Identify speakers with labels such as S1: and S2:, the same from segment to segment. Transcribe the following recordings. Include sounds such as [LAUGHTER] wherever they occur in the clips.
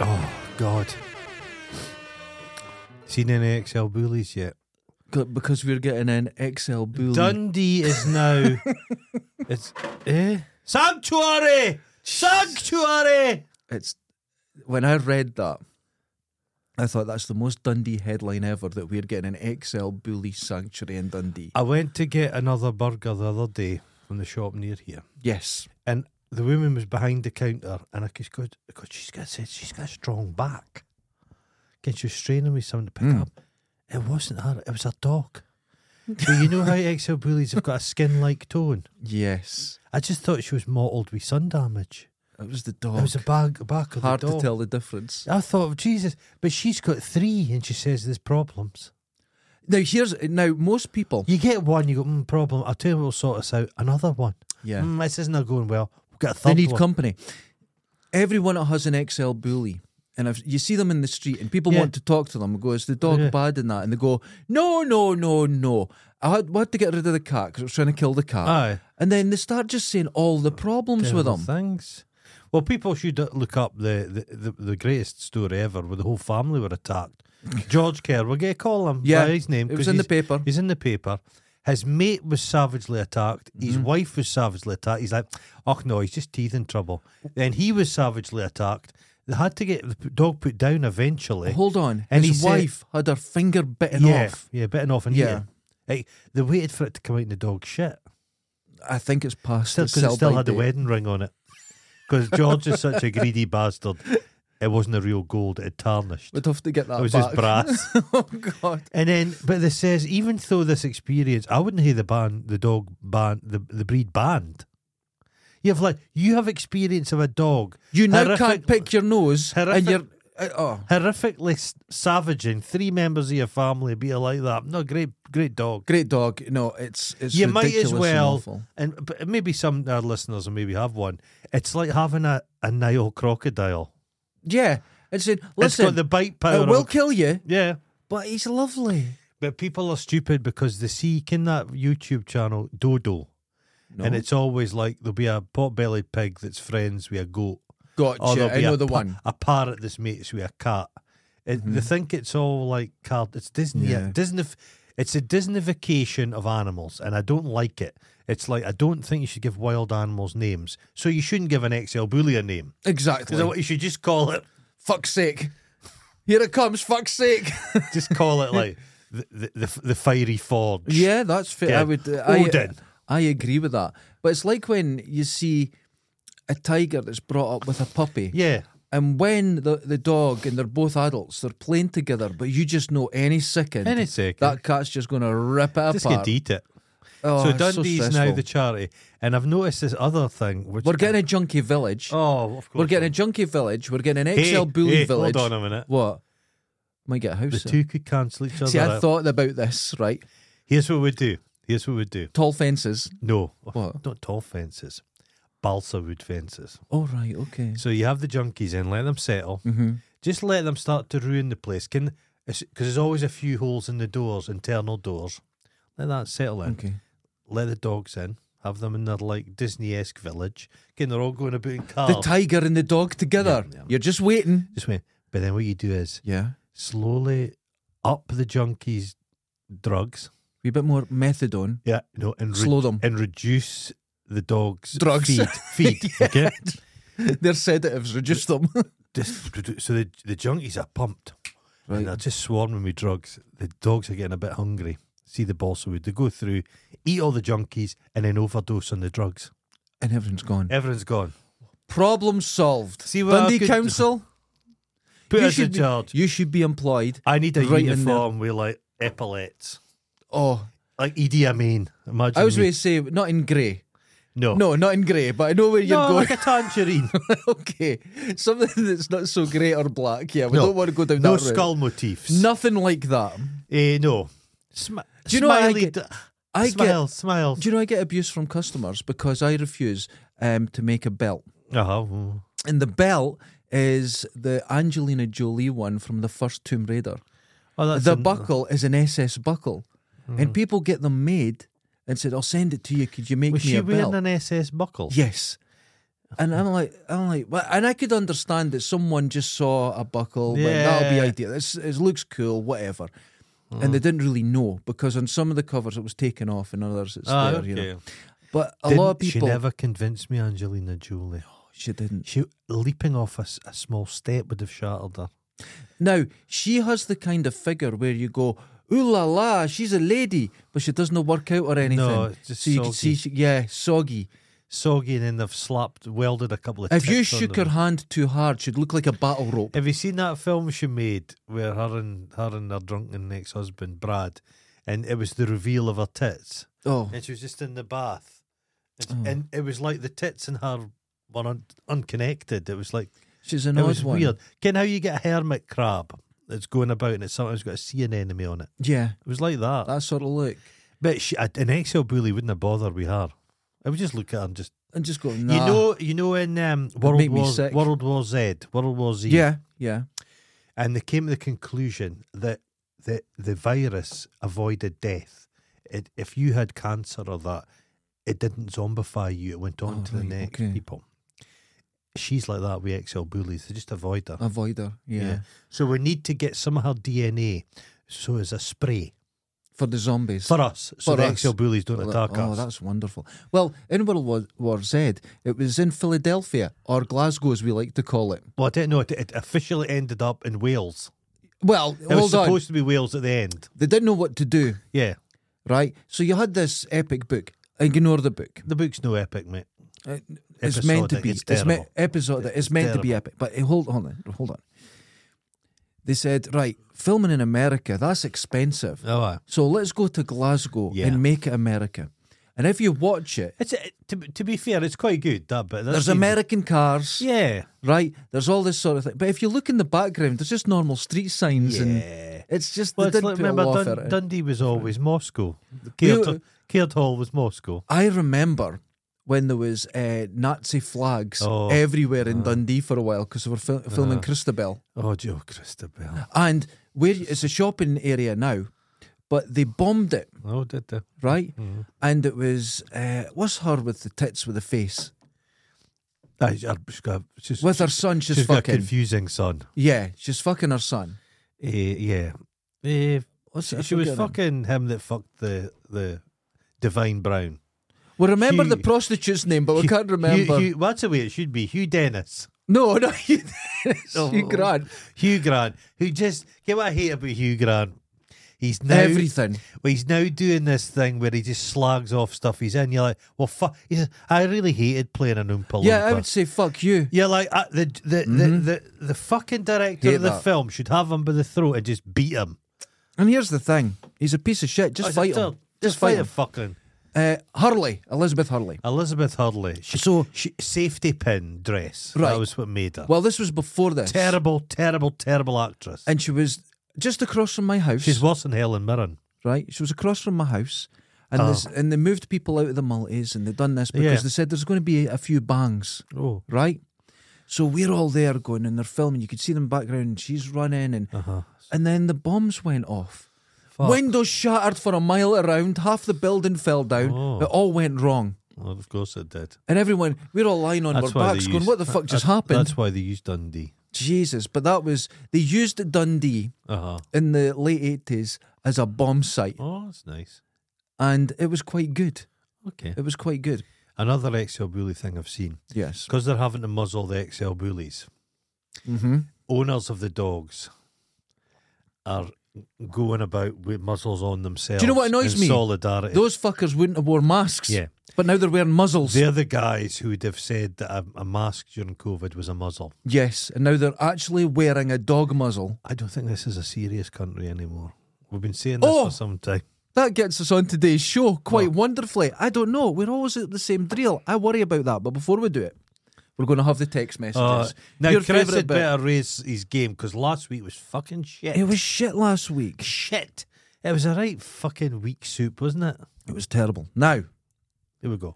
S1: Oh God. Seen any XL bullies yet?
S2: C- Because we're getting an XL bully.
S1: Dundee is now. [LAUGHS] it's eh sanctuary, sanctuary.
S2: It's when I read that, I thought that's the most Dundee headline ever that we're getting an XL bully sanctuary in Dundee.
S1: I went to get another burger the other day from the shop near here,
S2: yes.
S1: and the woman was behind the counter, and I just go, God, she's got said she's got a strong back. Can she was straining with something to pick
S2: Mm.
S1: up? It wasn't her. It was her dog. but you know how XL bullies have got a skin-like tone.
S2: Yes.
S1: I just thought she was mottled with sun damage.
S2: It was the dog.
S1: It was a bag, back of
S2: Hard
S1: the dog.
S2: to tell the difference.
S1: I thought, Jesus, but she's got three and she says there's problems.
S2: Now here's now most people.
S1: You get one, you go, mm, problem. I'll tell you what will sort us out. Another one.
S2: Yeah.
S1: Mm, this is not going well. We've got a
S2: They
S1: third
S2: need
S1: one.
S2: company. Everyone has an XL bully. And if you see them in the street and people
S1: Yeah.
S2: want to talk to them and go, is the dog
S1: Yeah.
S2: bad in that? And they go, no, no, no, no. I had, we had to get rid of the cat because it was trying to kill the cat.
S1: Aye.
S2: And then they start just saying all the problems with
S1: Terrible
S2: them.
S1: Things. Well, people should look up the, the, the, the greatest story ever where the whole family were
S2: [LAUGHS]
S1: attacked. George Kerr, we'll get to call him
S2: Yeah,
S1: by his name.
S2: it
S1: 'cause
S2: was in the
S1: he's-
S2: paper.
S1: He's in the paper. His mate was savagely attacked. His
S2: Mm-hmm.
S1: wife was savagely attacked. He's like, oh no, he's just teething trouble. Then he was savagely attacked. They had to get the p- dog put down eventually.
S2: Hold on.
S1: And
S2: His
S1: he said-
S2: wife had her finger bitten
S1: yeah,
S2: off.
S1: yeah, bitten off and
S2: Yeah.
S1: eaten. Like, they waited for it to come out in the dog's shit.
S2: I think it's past
S1: Still,
S2: its
S1: because it
S2: sell-by
S1: still had the
S2: date.
S1: wedding ring on it. Because George is
S2: [LAUGHS]
S1: such a greedy bastard. It wasn't a real gold; it had tarnished.
S2: We'd have to get that
S1: It was
S2: back.
S1: just brass.
S2: [LAUGHS] oh, God.
S1: and then, but this says even though this experience, I wouldn't hear the ban, the dog ban, the the breed banned. You have like you have experience of a dog
S2: You now
S1: Horrific-
S2: can't pick your nose
S1: Horrific-
S2: and you're... uh, oh.
S1: horrifically s- savaging three members of your family, be it like that. No, great, great dog.
S2: Great dog. No, it's it's
S1: you might
S2: ridiculous
S1: as
S2: And
S1: well,
S2: awful.
S1: and, but maybe some of our listeners will maybe have one. It's like having a a Nile crocodile.
S2: Yeah, and saying,
S1: it's got
S2: listen,
S1: the bite power.
S2: it will
S1: of-
S2: kill you,
S1: yeah.
S2: but he's lovely.
S1: But people are stupid because they see can that YouTube channel Dodo,
S2: No.
S1: and it's always like there'll be a pot-bellied pig that's friends with a goat, or
S2: gotcha.
S1: Oh, there'll
S2: Uh, I
S1: be
S2: know
S1: a,
S2: the
S1: pa-
S2: one. Mm-hmm.
S1: a parrot that's mates with a cat. It, They think it's all like card. It's Disney.
S2: Yeah.
S1: Disney. It's a Disneyfication of animals, and I don't like it. It's like I don't think you should give wild animals names. So you shouldn't give an XL bully a name.
S2: Exactly.
S1: Is that what you should just call it?
S2: Fuck's sake. Here it comes, fuck's sake.
S1: Just call it
S2: [LAUGHS]
S1: like the the, the, the fiery forge.
S2: yeah, that's fair.
S1: Yeah.
S2: I would. Uh,
S1: Odin.
S2: I, I agree with that. But it's like when you see a tiger that's brought up with a puppy.
S1: Yeah.
S2: And when the, the dog and they're both adults, they're playing together, but you just know any second,
S1: Any second.
S2: that cat's just going to rip it
S1: Just
S2: apart.
S1: could eat it.
S2: Oh,
S1: so
S2: it's
S1: Dundee's now
S2: stressful.
S1: the charity, and I've noticed this other thing. Which
S2: We're getting a junkie village.
S1: [LAUGHS] Oh, of course.
S2: We're getting a junkie village. We're getting an
S1: Hey,
S2: XL bully
S1: hey,
S2: village.
S1: Hold on a minute.
S2: What? Might get a
S1: The
S2: house. in.
S1: two could cancel each other.
S2: See, I
S1: out.
S2: thought about this, right?
S1: Here's what we'd do. Here's what we'd do.
S2: Tall fences.
S1: No,
S2: What?
S1: not tall fences, balsa wood fences.
S2: Oh, right, okay.
S1: So you have the junkies in, let them settle.
S2: Mm-hmm.
S1: Just let them start to ruin the place. Can because there's always a few holes in the doors, internal doors. Let that settle in.
S2: Okay.
S1: Let the dogs in. Have them in their like Disney esque village. Again, they're all going about in
S2: The
S1: cars.
S2: tiger and the dog together. You're just waiting.
S1: Just wait. But then what you do is
S2: Yeah.
S1: slowly up the junkies' drugs.
S2: Be a bit
S1: [LAUGHS]
S2: more methadone.
S1: Yeah, no, and re-
S2: Slow them.
S1: and reduce the dogs'
S2: Drugs.
S1: Feed,
S2: [LAUGHS]
S1: feed. Okay,
S2: Their sedatives, reduce them.
S1: Just produ- so the the junkies are pumped and they're
S2: right.
S1: just swarming with drugs. The dogs are getting a bit hungry. See the balsa wood. They go through, eat all the junkies, and then overdose on the drugs.
S2: [LAUGHS] And everything's gone.
S1: Everyone's gone.
S2: Problem solved.
S1: See what I
S2: Dundee
S1: could-
S2: Council.
S1: [LAUGHS] Put
S2: you
S1: us in
S2: should
S1: charge.
S2: Be, you should be employed.
S1: I need a
S2: Right in there.
S1: uniform with like epaulets,
S2: Oh,
S1: like E Idi Amin. Imagine
S2: I was
S1: me.
S2: going to say, not in grey.
S1: no,
S2: No, not in grey, but I know where you're
S1: no,
S2: going. [LAUGHS]
S1: like a tangerine.
S2: okay, something that's not so grey or black. Yeah, we
S1: No.
S2: don't want to go down
S1: no
S2: that route.
S1: skull motifs.
S2: Nothing like that.
S1: Eh, no. Sm-
S2: Do you know what I
S1: smiley
S2: get?
S1: d-
S2: I
S1: smile, smile.
S2: get. Do you know I get abuse from customers because I refuse um, to make a belt,
S1: Uh-huh.
S2: and the belt is the Angelina Jolie one from the first Tomb Raider.
S1: Oh, that's Hmm.
S2: the
S1: an-
S2: buckle is an SS buckle, and people get them made and said, "I'll send it to you. Could you make
S1: Was
S2: me
S1: she
S2: a
S1: wearing
S2: belt?"
S1: an SS buckle?
S2: yes. And I'm like, I'm like, well, and I could understand that someone just saw a buckle, yeah. that'll be
S1: Yeah. Hmm.
S2: ideal. This it looks cool, whatever. And they didn't really know because on some of the covers it was taken off, and others it's
S1: Ah,
S2: there. You know, but a lot of
S1: Didn't-
S2: people
S1: She never convinced me, Angelina Jolie.
S2: she didn't.
S1: She leaping off a, s- a small step would have shattered her.
S2: Now she has the kind of figure where you go, ooh la la, she's a lady, but she does not work out or anything.
S1: it's just
S2: so you can see,
S1: soggy.
S2: she, yeah, soggy.
S1: Soggy, and then they've slapped, welded a couple of.
S2: If you
S1: tits on
S2: shook
S1: them.
S2: her hand too hard, she'd look like a battle rope.
S1: Have you seen that film she made where her and her and her drunken ex husband Brad, and it was the reveal of her tits,
S2: Oh,
S1: and she was just in the bath, and, and it was like the tits and her were un- unconnected. It was like
S2: she's an
S1: it
S2: odd
S1: was
S2: one.
S1: weird. Ken, how you get a hermit crab that's going about and it's sometimes got a sea anemone on it.
S2: Yeah,
S1: It was like that.
S2: that sort of look.
S1: But she, an Excel bully wouldn't have bothered with her. I would just look at her and just
S2: And just go, nah.
S1: you know you know in um, World
S2: make me
S1: War
S2: sick.
S1: World War Z World War Z
S2: Yeah, yeah.
S1: and they came to the conclusion that the the virus avoided death. It, if you had cancer or that, it didn't zombify you. It went on
S2: Oh,
S1: to the
S2: right,
S1: next
S2: okay.
S1: people. She's like that with XL bullies. They just avoid her.
S2: Avoid her. Oh, Yeah.
S1: So we need to get some of her DNA. So as a spray
S2: For the zombies.
S1: for us, so
S2: For
S1: the
S2: us.
S1: XL bullies don't
S2: Well,
S1: attack
S2: oh,
S1: us.
S2: that's wonderful. Well, in World War, War Z, it was in Philadelphia, or Glasgow as we like to call it.
S1: Well, I didn't know. It, it officially ended up in Wales.
S2: Well,
S1: It was
S2: hold on.
S1: supposed to be Wales at the end.
S2: They didn't know what to do,
S1: Yeah,
S2: right? So you had this epic book. Ignore the book.
S1: the book's no epic, mate.
S2: Uh, It's meant to
S1: Episodic,
S2: be.
S1: it's
S2: meant
S1: terrible.
S2: episode. It's, meant to be epic. But eh, hold hold on, hold on. They said, right, filming in America that's expensive.
S1: Oh, aye.
S2: So let's go to Glasgow
S1: Yeah.
S2: and make it America. And if you watch it,
S1: It's it, to, be- to be fair, it's quite good that bit. That's
S2: there's
S1: easy.
S2: American cars,
S1: Yeah,
S2: right? There's all this sort of thing. But if you look in the background, there's just normal street signs,
S1: Yeah.
S2: and it's just
S1: well,
S2: they
S1: it's
S2: didn't
S1: like,
S2: put a
S1: remember
S2: lot of
S1: Dun-
S2: effort in.
S1: Dundee was always Moscow.
S2: You-
S1: Caird, Caird Hall was Moscow.
S2: I remember when there was uh, Nazi flags
S1: Oh. Uh-huh.
S2: everywhere in Dundee for a while because they were fil- filming Christabel.
S1: Oh, Joe Christabel.
S2: And where it's a shopping area now, but they bombed it,
S1: [LAUGHS] Oh, did they?
S2: right?
S1: Mm-hmm.
S2: And it was uh, what's her with the tits with the face
S1: Aye, she's- she's got, she's,
S2: with her son. She's,
S1: she's got a
S2: fucking
S1: confusing son.
S2: yeah, she's fucking her son.
S1: Eh, yeah, Eh,
S2: What's
S1: she,
S2: I
S1: she was
S2: forget him.
S1: fucking him that fucked the the Divine Brown.
S2: We remember the
S1: Hugh-
S2: prostitute's
S1: [LAUGHS]
S2: name, but we can't remember.
S1: Hugh, Hugh, what's the way it should be? Hugh Dennis.
S2: no, [LAUGHS] no, Hugh,
S1: Oh.
S2: Hugh Grant.
S1: Hugh Grant, who just get what I hate about Hugh Grant. He's now
S2: Everything.
S1: Well, he's now doing this thing where he just slags off stuff he's in. You're like, well, fuck. He says, I really hated playing an Oompa Loompa.
S2: Yeah, I would say fuck you.
S1: You're like uh, the, the, the the the fucking director
S2: Hate
S1: of the
S2: that.
S1: film should have him by the throat and just beat him.
S2: And here's the thing: he's a piece of shit. Just
S1: Just
S2: fight
S1: tell-
S2: him.
S1: Just,
S2: Just
S1: fight
S2: fight
S1: him. Fucking
S2: Uh, Hurley, Elizabeth Hurley.
S1: Elizabeth Hurley. She,
S2: So-
S1: she, safety pin dress.
S2: Right.
S1: That was what made her.
S2: Well, this was before this,
S1: terrible, terrible, terrible actress.
S2: and she was just across from my house.
S1: She's worse than Helen Mirren.
S2: right? She was across from my house, and this, and they moved people out of the multis, and they done this because
S1: Oh. Yeah.
S2: they said there's going to be a few bangs,
S1: Oh,
S2: right? So we're all there going, and they're filming. You could see them in the background, and she's running, and
S1: Uh-huh.
S2: and then the bombs went off. Windows shattered for a mile around. Half the building fell down.
S1: Oh.
S2: It all went wrong,
S1: well, of course it did.
S2: and everyone we're all lying on
S1: That's
S2: our
S1: why they
S2: backs, going,
S1: used-
S2: "What the fuck just happened?"
S1: That's why they used Dundee.
S2: Jesus, but that was they used Dundee
S1: Uh huh.
S2: in the late eighties as a bomb site,
S1: Oh, that's nice.
S2: and it was quite good.
S1: Okay.
S2: It was quite good.
S1: Another XL bully thing I've seen
S2: Yes.
S1: because they're having to muzzle the XL bullies.
S2: Mm-hmm.
S1: Owners of the dogs are going about with muzzles on themselves.
S2: Do you know what annoys
S1: in
S2: me?
S1: Solidarity.
S2: Those fuckers wouldn't have wore masks.
S1: Yeah.
S2: But now they're wearing muzzles.
S1: They're the guys who would have said that a, a mask during COVID was a muzzle.
S2: yes. And now they're actually wearing a dog muzzle.
S1: I don't think this is a serious country anymore. We've been saying this
S2: Oh!
S1: for some time.
S2: That gets us on today's show quite wonderfully. I don't know. We're always at the same drill. I worry about that. But before we do it, we're going to have the text messages.
S1: Uh, now,
S2: Your
S1: Chris
S2: favourite
S1: had
S2: bit.
S1: better raise his game because last week was fucking shit.
S2: It was shit last week.
S1: shit. It was a right fucking weak soup, wasn't it?
S2: It was terrible. Now,
S1: Here we go.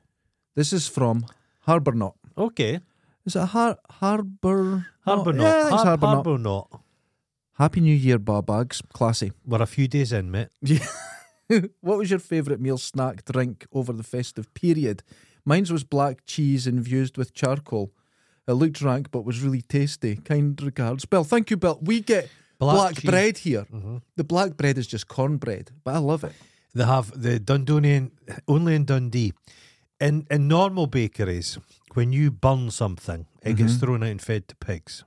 S2: this is from Harbournot.
S1: Okay.
S2: Is it Har- Harbour?
S1: Harbour
S2: no,
S1: not.
S2: Yeah, I think it's
S1: Har-
S2: Harbour Knot.
S1: Harbour not.
S2: Happy New Year, bar bags. Classy. [LAUGHS]
S1: We're a few days in, mate.
S2: what was your favourite meal, snack, drink over the festive period? Mine's was black cheese infused with charcoal. It looked rank, but was really tasty. Kind regards, Bill. Thank you, Bill. We get
S1: Black
S2: black,
S1: cheese. Mm-hmm.
S2: bread here. The black bread is just cornbread, but I love it.
S1: They have the Dundonian only in Dundee. In in normal bakeries, when you burn something, it gets
S2: Mm-hmm.
S1: thrown out and fed to pigs.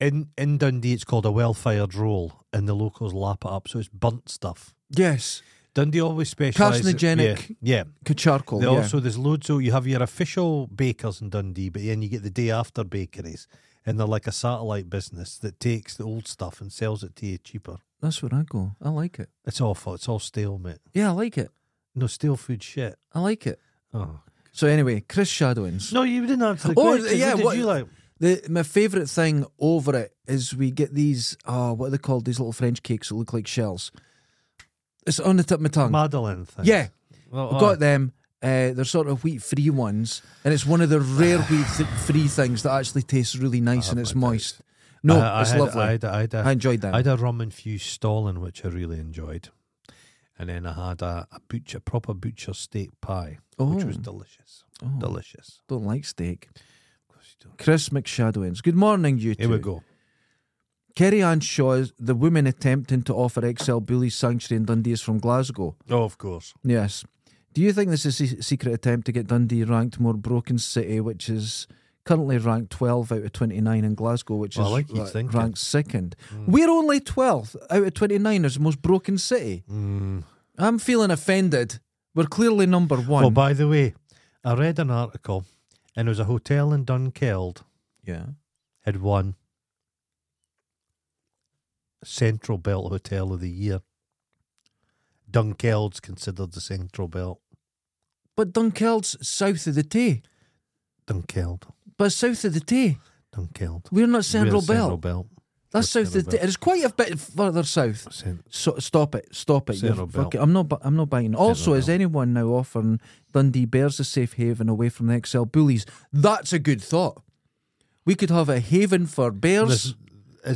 S1: In in Dundee, it's called a well fired roll, and the locals lap it up, so it's burnt stuff.
S2: Yes,
S1: Dundee always specialises
S2: Carcinogenic.
S1: Yeah, yeah.
S2: Ca- charcoal.
S1: They
S2: yeah.
S1: Also, there's loads. So you have your official bakers in Dundee, but then you get the day after bakeries, and they're like a satellite business that takes the old stuff and sells it to you cheaper.
S2: That's where I go. I like it.
S1: It's awful. It's all stale, mate.
S2: Yeah, I like it.
S1: No stale food shit.
S2: I like it.
S1: Oh.
S2: So anyway, Chris Shadowins.
S1: No, you didn't answer the
S2: Oh,
S1: question.
S2: yeah,
S1: what did
S2: what-
S1: you like?
S2: The, my favourite thing over it is we get these. Oh, what are they called? These little French cakes that look like shells. It's on the tip of my tongue.
S1: Madeleine thing.
S2: yeah,
S1: Well, oh.
S2: I've got them. Uh, they're sort of wheat free ones, and it's one of the rare wheat th- free things that actually tastes really nice and it's moist. No,
S1: Ah, I, I
S2: it's
S1: had,
S2: lovely.
S1: I, had, I, had a-
S2: I enjoyed
S1: I
S2: that.
S1: had a rum infused stollen, which I really enjoyed. And then I had a, a butcher, proper butcher steak pie, which was
S2: Oh.
S1: delicious. Delicious.
S2: Don't like steak.
S1: Of course you don't.
S2: Chris McShadowins. Good morning, you two.
S1: Here we go.
S2: Kerry Ann Shaw, the woman attempting to offer XL Bullies Sanctuary in Dundee, is from Glasgow.
S1: Oh, of course.
S2: Yes. Do you think this is a se- secret attempt to get Dundee ranked more broken city, which is currently ranked 12 out of 29 in Glasgow, which
S1: Well, I
S2: is
S1: like you
S2: ra-
S1: thinking. Hmm.
S2: ranked second? We're only 12th out of 29 as the most broken city.
S1: Hmm. Mm.
S2: I'm feeling offended. We're clearly number one.
S1: Well, Oh, by the way, I read an article, and it was a hotel in Dunkeld
S2: yeah.
S1: had won Central Belt Hotel of the Year. Dunkeld's considered the Central Belt.
S2: But Dunkeld's south of the Tay.
S1: Dunkeld.
S2: But south of the Tay.
S1: Dunkeld.
S2: We're not Central
S1: We're
S2: Belt.
S1: Central Belt.
S2: That's
S1: We're
S2: south of the
S1: Central
S2: Tay. It's quite a bit further south.
S1: Cent-
S2: So, stop it! Stop it! You're
S1: Zero bill.
S2: fucking, I'm not. bu- I'm not buying. Also, is anyone now offering Dundee Bears a safe haven away from the XL bullies? That's a good thought. We could have a haven for bears,
S1: There's-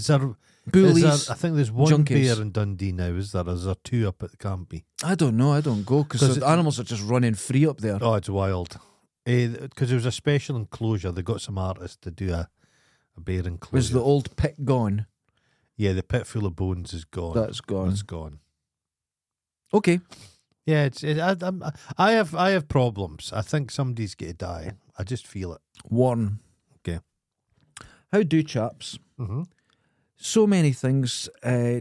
S1: Is there, is
S2: bullies.
S1: there- I think there's one
S2: junkies.
S1: bear in Dundee now, is there? Is there two up at Campy?
S2: I don't know. I don't go because
S1: 'Cause
S2: the
S1: it-
S2: animals are just running free up there.
S1: Oh, it's wild. Eh, Because there was a special enclosure. They got some artists to do a, a bear enclosure.
S2: Was the old pit gone?
S1: Yeah, the pit full of bones is gone.
S2: That's gone.
S1: It's gone.
S2: Okay.
S1: Yeah, it's. It, I, I'm, I have. I have problems. I think somebody's going to die. I just feel it.
S2: Warren.
S1: Okay.
S2: How do chaps?
S1: Mm-hmm.
S2: So many things uh,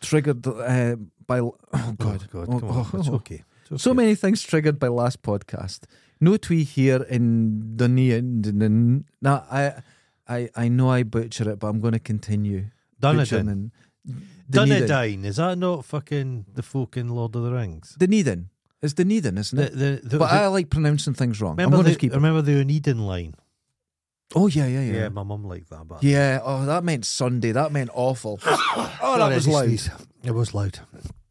S2: triggered uh, by. Oh God! Oh,
S1: God, God, come on. It's okay. It's okay.
S2: So many things triggered by last podcast. No twee here in Dunedin. Now I, I, I know I butcher it, but I'm going to continue. butchering
S1: Dunedin.
S2: in Dunedin.
S1: Dunedin. Is that not fucking the folk in Lord of the Rings?
S2: Dunedin. It's Dunedin, isn't
S1: The,
S2: it?
S1: the, the,
S2: but
S1: the-
S2: I like pronouncing things wrong. I'm
S1: remember
S2: going
S1: the,
S2: to keep. it.
S1: remember the Dunedin line.
S2: Oh yeah, yeah,
S1: Yeah,
S2: yeah, yeah.
S1: my mum liked that. But
S2: Oh, that meant Sunday. That meant awful. oh, that
S1: Sorry, I
S2: was
S1: just
S2: loud.
S1: sneezed. It was loud.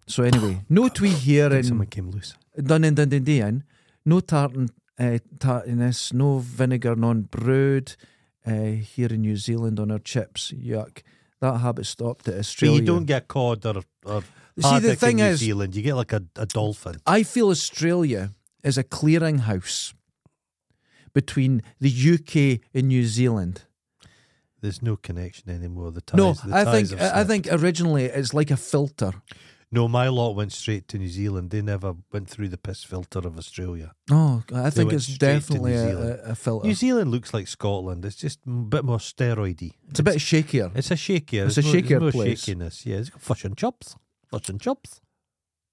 S2: So anyway, no twee here in
S1: Someone came loose.
S2: done in Dunedin. No tartan, uh, tartiness, no vinegar, non brewed uh, here in New Zealand on our chips. Yuck. That habit stopped at
S1: So
S2: Australia.
S1: you don't get cod or, or
S2: the
S1: haddock in
S2: thing
S1: New
S2: is-
S1: Zealand. You get like a, a dolphin.
S2: I feel Australia is a clearinghouse between the UK and New Zealand.
S1: There's no connection anymore. The ties.
S2: no,
S1: the
S2: I
S1: ties
S2: think
S1: have
S2: I I think originally it's like a filter.
S1: No, my lot went straight to New Zealand. They never went through the piss filter of Australia.
S2: Oh, I think
S1: went
S2: it's
S1: straight to New
S2: definitely
S1: Zealand.
S2: a, a, a filter.
S1: New Zealand looks like Scotland. It's just a bit more steroidy.
S2: it's a bit shakier.
S1: It's a shakier.
S2: It's
S1: there's
S2: a
S1: no- there's
S2: shakier
S1: no
S2: place.
S1: shakiness. Yeah, it's got fish and chops. Fish and chops.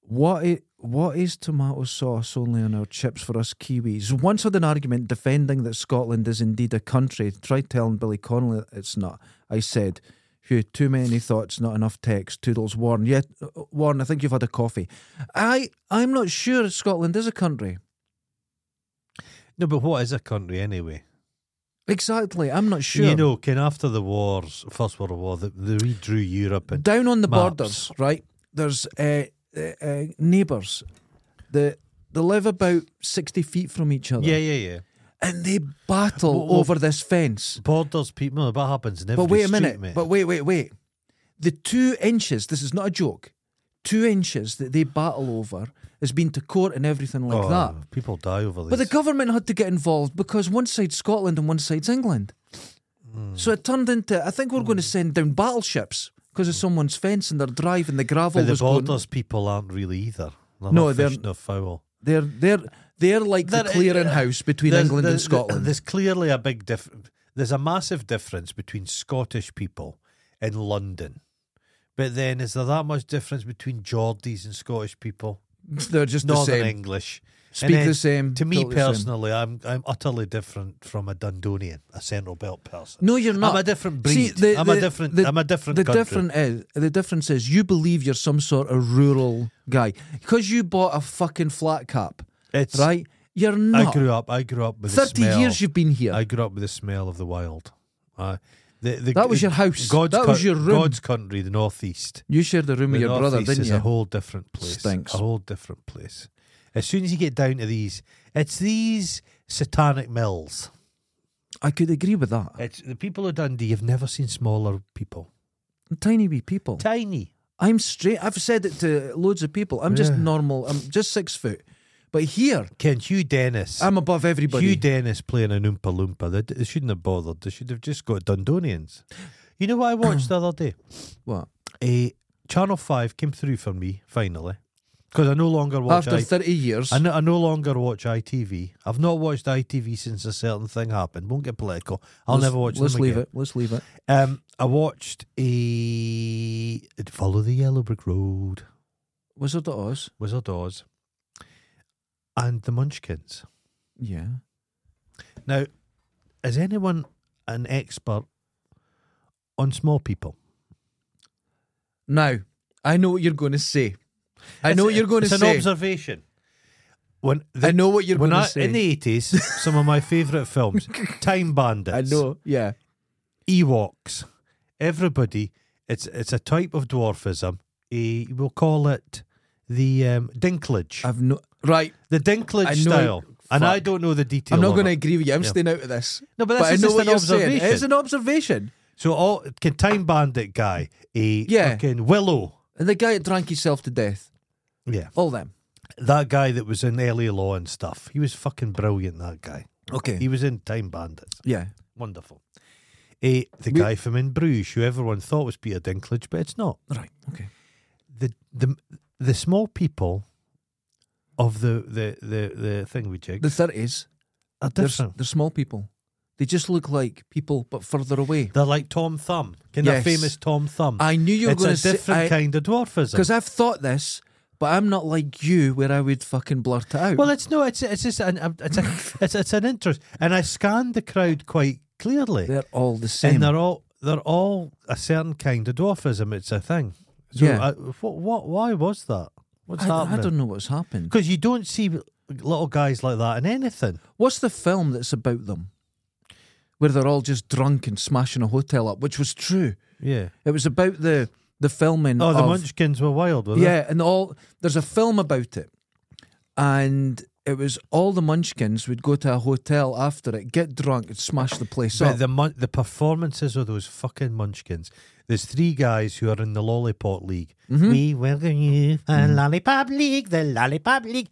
S2: What i what is tomato sauce only on our chips for us Kiwis? Once had an argument defending that Scotland is indeed a country. Tried telling Billy Connolly it's not. I said, Phew, too many thoughts, not enough text. Toodles, Warren. Yeah, uh, Warren, I think you've had a coffee. I, I'm not sure Scotland is a country.
S1: No, but what is a country anyway?
S2: Exactly, I'm not sure.
S1: You know, can after the wars, First World War, they, they redrew Europe and
S2: Down on the
S1: maps.
S2: borders, right? There's uh, uh, uh, neighbours. They, they live about 60 feet from each other.
S1: yeah, yeah, yeah.
S2: And they battle
S1: Well, well-
S2: over this fence.
S1: Borders, people. No, that happens in every
S2: But wait a
S1: street,
S2: minute.
S1: mate.
S2: But wait, wait, wait. The two inches, this is not a joke, two inches that they battle over has been to court and everything like
S1: Oh,
S2: that.
S1: People die over this.
S2: But the government had to get involved because one side's Scotland and one side's England.
S1: Hmm.
S2: So it turned into I think we're going to send down battleships because of someone's fence and they're driving the gravel
S1: But the
S2: was going-
S1: borders people aren't really either. They're
S2: No,
S1: no, not
S2: they're-
S1: fish nor fowl.
S2: They're they're they're like the
S1: They're-
S2: clearing house between
S1: There's-
S2: England and
S1: there's-
S2: Scotland.
S1: There's clearly a big difference. There's a massive difference between Scottish people and London. But then, is there that much difference between Geordies and Scottish people?
S2: [LAUGHS] they're just the
S1: Northern
S2: same.
S1: English. And
S2: Speak
S1: then,
S2: the same,
S1: To me
S2: totally the same.
S1: personally, I'm I'm utterly different from a Dundonian, a Central Belt person.
S2: No, you're not.
S1: I'm a different
S2: See,
S1: breed. I'm a different. I'm a different.
S2: The
S1: country.
S2: different is the difference is you believe you're some sort of rural guy because you bought a fucking flat cap,
S1: It's,
S2: right? You're
S1: I
S2: not.
S1: grew up. I grew up with the
S2: Thirty
S1: smell.
S2: years you've been here.
S1: I grew up with the smell of the wild. Uh, the, the,
S2: That was your house.
S1: God's
S2: That was
S1: coun-
S2: your room.
S1: God's country, the northeast.
S2: you shared the room
S1: The
S2: with your brother,
S1: northeast
S2: didn't
S1: is
S2: you?
S1: a whole different place.
S2: Stinks.
S1: A whole different place. As soon as you get down to these, it's these satanic mills.
S2: I could agree with that.
S1: It's the people of Dundee. You've never seen smaller people. Eh.
S2: Tiny wee people.
S1: Tiny.
S2: I'm straight. I've said it to loads of people. I'm just
S1: Yeah.
S2: normal. I'm just six foot, but here
S1: Ken Hugh Dennis.
S2: I'm above everybody.
S1: Hugh Dennis playing an Oompa Loompa. They, they shouldn't have bothered. They should have just got Dundonians. You know what I watched the other
S2: [CLEARS THROAT]
S1: day?
S2: what?
S1: a Channel Five came through for me finally because I no longer watch.
S2: After
S1: I,
S2: thirty years,
S1: I, no, I no longer watch ITV. I've not watched ITV since a certain thing happened. Won't get political. I'll
S2: let's-
S1: never watch.
S2: Let's
S1: them
S2: leave
S1: again.
S2: it. Let's leave it.
S1: Um, I watched a Follow the Yellow Brick Road,
S2: Wizard of Oz.
S1: Wizard Oz, and The Munchkins.
S2: Yeah.
S1: Now, is anyone an expert on small people?
S2: Now, I know what you're going to say. I know what you're going to
S1: it's
S2: say.
S1: an observation. When the-
S2: I know what you're
S1: when
S2: going to
S1: I-
S2: say.
S1: in the eighties, some of my favourite
S2: [LAUGHS]
S1: films: Time Bandits,
S2: I know. Yeah.
S1: Ewoks. Everybody, it's it's a type of dwarfism. A, we'll call it the um, Dinklage,
S2: I've no right.
S1: the Dinklage
S2: I know-
S1: style. and I
S2: fuck.
S1: don't know the detail.
S2: I'm not
S1: of it.
S2: going to agree with you. I'm
S1: Yeah.
S2: staying out of this.
S1: No, but that's
S2: but I
S1: just
S2: know what
S1: an
S2: you're
S1: observation.
S2: saying. It's an observation.
S1: So all can Time Bandit guy, a
S2: Yeah.
S1: fucking Willow,
S2: And the guy that drank himself to death.
S1: yeah,
S2: All them.
S1: that guy that was in Ellie Law and stuff. He was fucking brilliant. That guy.
S2: Okay.
S1: He was in Time Bandits.
S2: yeah.
S1: Wonderful. Eh, the
S2: We-
S1: guy from In Bruges, who everyone thought was Peter Dinklage, but it's not.
S2: Right. Okay.
S1: The the the small people of the the the, the thing we jig
S2: The 30s.
S1: are
S2: They're,
S1: different.
S2: they're small people. They just look like people, but further away.
S1: They're like Tom Thumb. Can
S2: Yes.
S1: the famous Tom Thumb?
S2: I knew you were
S1: it's
S2: going
S1: a
S2: to say.
S1: different
S2: I-
S1: kind of dwarfism.
S2: Because I've thought this, but I'm not like you where I would fucking blurt it out.
S1: Well, it's no, it's it's just an, um, it's
S2: [LAUGHS]
S1: a, it's it's an interest, and I scanned the crowd quite clearly,
S2: they're all the same.
S1: and they're all they're all a certain kind of dwarfism. It's a thing. So
S2: Yeah.
S1: I, what what why was that? What's
S2: I, I
S1: happening?
S2: don't know what's happened.
S1: Because you don't see little guys like that in anything.
S2: What's the film that's about them? Where they're all just drunk and smashing a hotel up, which was true.
S1: Yeah.
S2: It was about the the filming.
S1: Oh, the
S2: of,
S1: Munchkins were wild, were
S2: Yeah, and all there's a film about it, and it was all the Munchkins would go to a hotel after it, get drunk, and smash the place
S1: they? But
S2: up.
S1: the mun- the performances of those fucking Munchkins. There's three guys who are in the Lollipop League.
S2: Mm-hmm.
S1: We welcome you, the
S2: Mm.
S1: Lollipop League, the Lollipop League.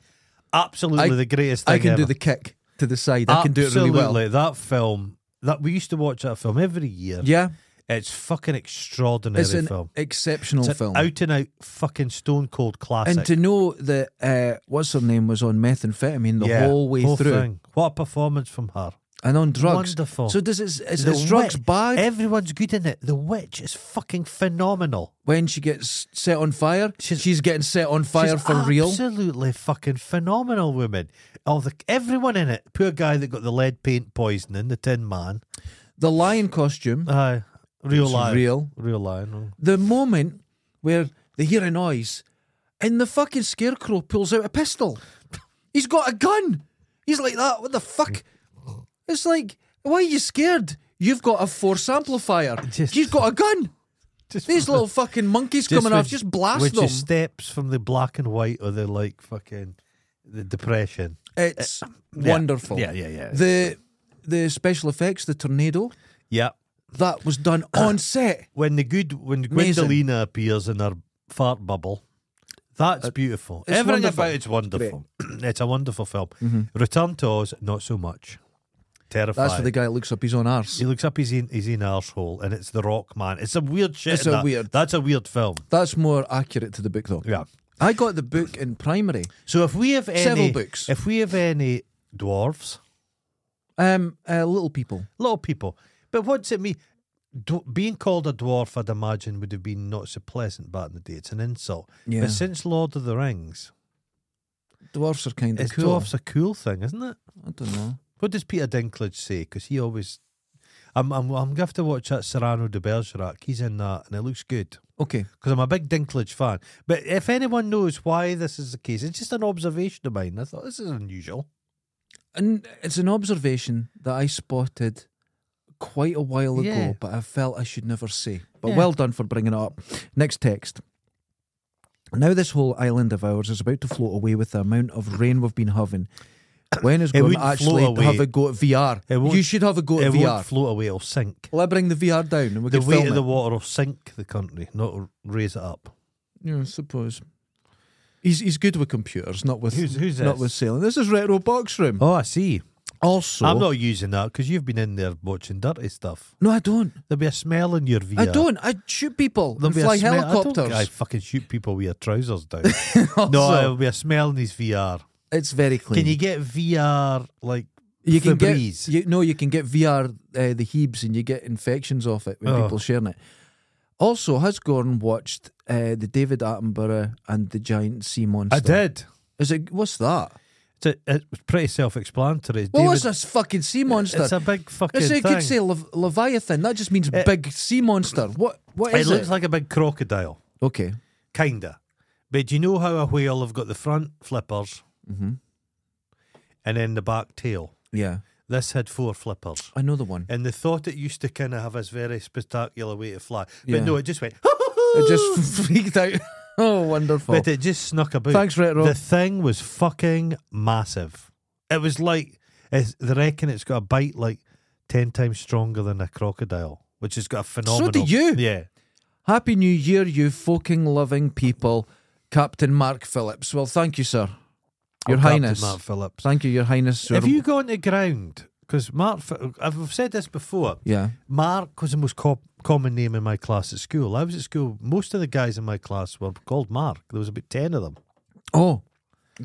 S1: Absolutely
S2: I-
S1: the greatest thing
S2: I can
S1: ever.
S2: do the kick to the side. I can do
S1: Absolutely,
S2: it really well.
S1: That film, that we used to watch that film every year.
S2: Yeah,
S1: It's fucking extraordinary
S2: it's an
S1: film.
S2: exceptional
S1: It's an
S2: film.
S1: out and out fucking stone cold classic.
S2: And to know that uh, what's her name was on methamphetamine the
S1: Yeah,
S2: whole way through
S1: thing. What a performance from her.
S2: and on drugs.
S1: Wonderful.
S2: So does it, is,
S1: The
S2: is drugs
S1: wit-
S2: bad
S1: Everyone's good in it. The witch is fucking phenomenal.
S2: when she gets set on fire? She's, getting set on
S1: She's
S2: fire for real.
S1: Absolutely fucking phenomenal woman. All the everyone in it. Poor guy that got the lead paint poisoning, the Tin Man.
S2: The lion costume,
S1: Aye, real
S2: It's
S1: lion.
S2: real.
S1: real lion.
S2: the moment where they hear a noise and the fucking scarecrow pulls out a
S1: [LAUGHS]
S2: pistol. He's got a gun. He's like that. What the fuck? It's like, why are you scared? You've got a force amplifier.
S1: Just-
S2: You've got a gun.
S1: [LAUGHS] Just
S2: These little fucking monkeys coming
S1: when
S2: off,
S1: she-
S2: just blast
S1: when she
S2: them.
S1: steps from the black and white or the like fucking the depression.
S2: It's
S1: Uh, Yeah.
S2: wonderful.
S1: Yeah, yeah, yeah.
S2: The the special effects, the tornado,
S1: yeah.
S2: that was
S1: [COUGHS]
S2: done on set.
S1: When the good when
S2: Amazing.
S1: Gwendolina appears in her fart bubble, That's beautiful.
S2: it's
S1: Everything
S2: wonderful.
S1: about it's wonderful. [CLEARS THROAT] it's a wonderful film. Return to Oz, not so much. Terrifying.
S2: Mm-hmm. That's for the guy that looks up his own arse.
S1: He looks up, he's in, he's in arsehole, and it's The Rock Man. It's a weird shit.
S2: It's
S1: in
S2: a
S1: that.
S2: weird-
S1: That's a weird film.
S2: That's more accurate to the book, though.
S1: Yeah.
S2: I got the book in primary.
S1: So if we have any,
S2: Several books.
S1: if we have any dwarves,
S2: Um, uh, Little People.
S1: little people, but what's it mean? Dw- being called a dwarf, I'd imagine, would have been not so pleasant back in the day. It's an insult.
S2: Yeah.
S1: But since Lord of the Rings,
S2: Dwarfs are kind of
S1: it's
S2: cool.
S1: dwarfs a cool thing, isn't it?
S2: I don't know.
S1: What does Peter Dinklage say? Because he always, I'm, I'm, I'm going to have to watch that Serrano de Bergerac. He's in that, and it looks good.
S2: Okay.
S1: Because I'm a big Dinklage fan. But if anyone knows why this is the case, it's just an observation of mine. I thought this is unusual.
S2: And it's an observation that I spotted quite a while ago,
S1: Yeah.
S2: but I felt I should never say. But
S1: Yeah.
S2: well done for bringing it up. Next text. Now this whole island of ours is about to float away with the amount of rain we've been having. [COUGHS] When is
S1: It
S2: going to
S1: won't
S2: actually
S1: float away.
S2: have a go at VR?
S1: It won't-
S2: You should have a go
S1: it
S2: at
S1: won't
S2: VR.
S1: float away; it'll sink.
S2: Will I bring the VR down and we
S1: The
S2: can film
S1: weight of
S2: it?
S1: the water will sink the country, not raise it up.
S2: Yeah, I suppose. He's he's good with computers, not with
S1: Who's- who's
S2: not
S1: this?
S2: with sailing. This is retro box room.
S1: Oh, I see.
S2: Also,
S1: I'm not using that because you've been in there watching dirty stuff.
S2: No, I don't.
S1: There'll be a smell in your VR.
S2: I don't. I shoot people.
S1: There'll
S2: and
S1: be a
S2: fly
S1: smell- I,
S2: helicopters.
S1: don't- I fucking shoot people with your trousers
S2: [LAUGHS]
S1: down. no,
S2: Also,
S1: there'll be a smell in his VR.
S2: it's very clean.
S1: Can you get VR like
S2: You can
S1: Febreze?
S2: get you, no. You can get VR uh, the heebs, and you get infections off it when
S1: Oh.
S2: people sharing it. Also, has Gordon watched uh, the David Attenborough and the giant sea monster?
S1: I did.
S2: Is it what's that?
S1: It's, a, it was pretty self-explanatory. It's
S2: What
S1: David-
S2: was this fucking sea monster?
S1: It's a big fucking
S2: It's-
S1: thing.
S2: it could say lev- Leviathan. That just means big sea monster. What? What
S1: it
S2: is it?
S1: looks like a big crocodile,
S2: okay.
S1: kinda. But do you know how a whale have got the front flippers
S2: Mhm.
S1: and then the back tail?
S2: Yeah,
S1: This had four flippers.
S2: I know the one.
S1: And they thought it used to kind of have this very spectacular way to fly. But
S2: Yeah.
S1: no, it just [LAUGHS] went.
S2: It just
S1: [LAUGHS]
S2: [LAUGHS] freaked out. oh, wonderful.
S1: But it just snuck about.
S2: Thanks, Retro.
S1: The thing was fucking massive. It was like, it's, they reckon it's got a bite like 10 times stronger than a crocodile, which has got a phenomenal.
S2: you.
S1: Yeah.
S2: Happy New Year, you fucking loving people, Captain Mark Phillips. Well, thank you, sir. Your
S1: I'm Oh, Captain
S2: Highness.
S1: Matt Phillips.
S2: Thank you, Your Highness. Sir.
S1: Have you gone to ground? Because Mark, Fi- I've said this before.
S2: Yeah.
S1: Mark was the most co- common name in my class at school. I was at school. Most of the guys in my class were called Mark. There was about ten of them
S2: Oh,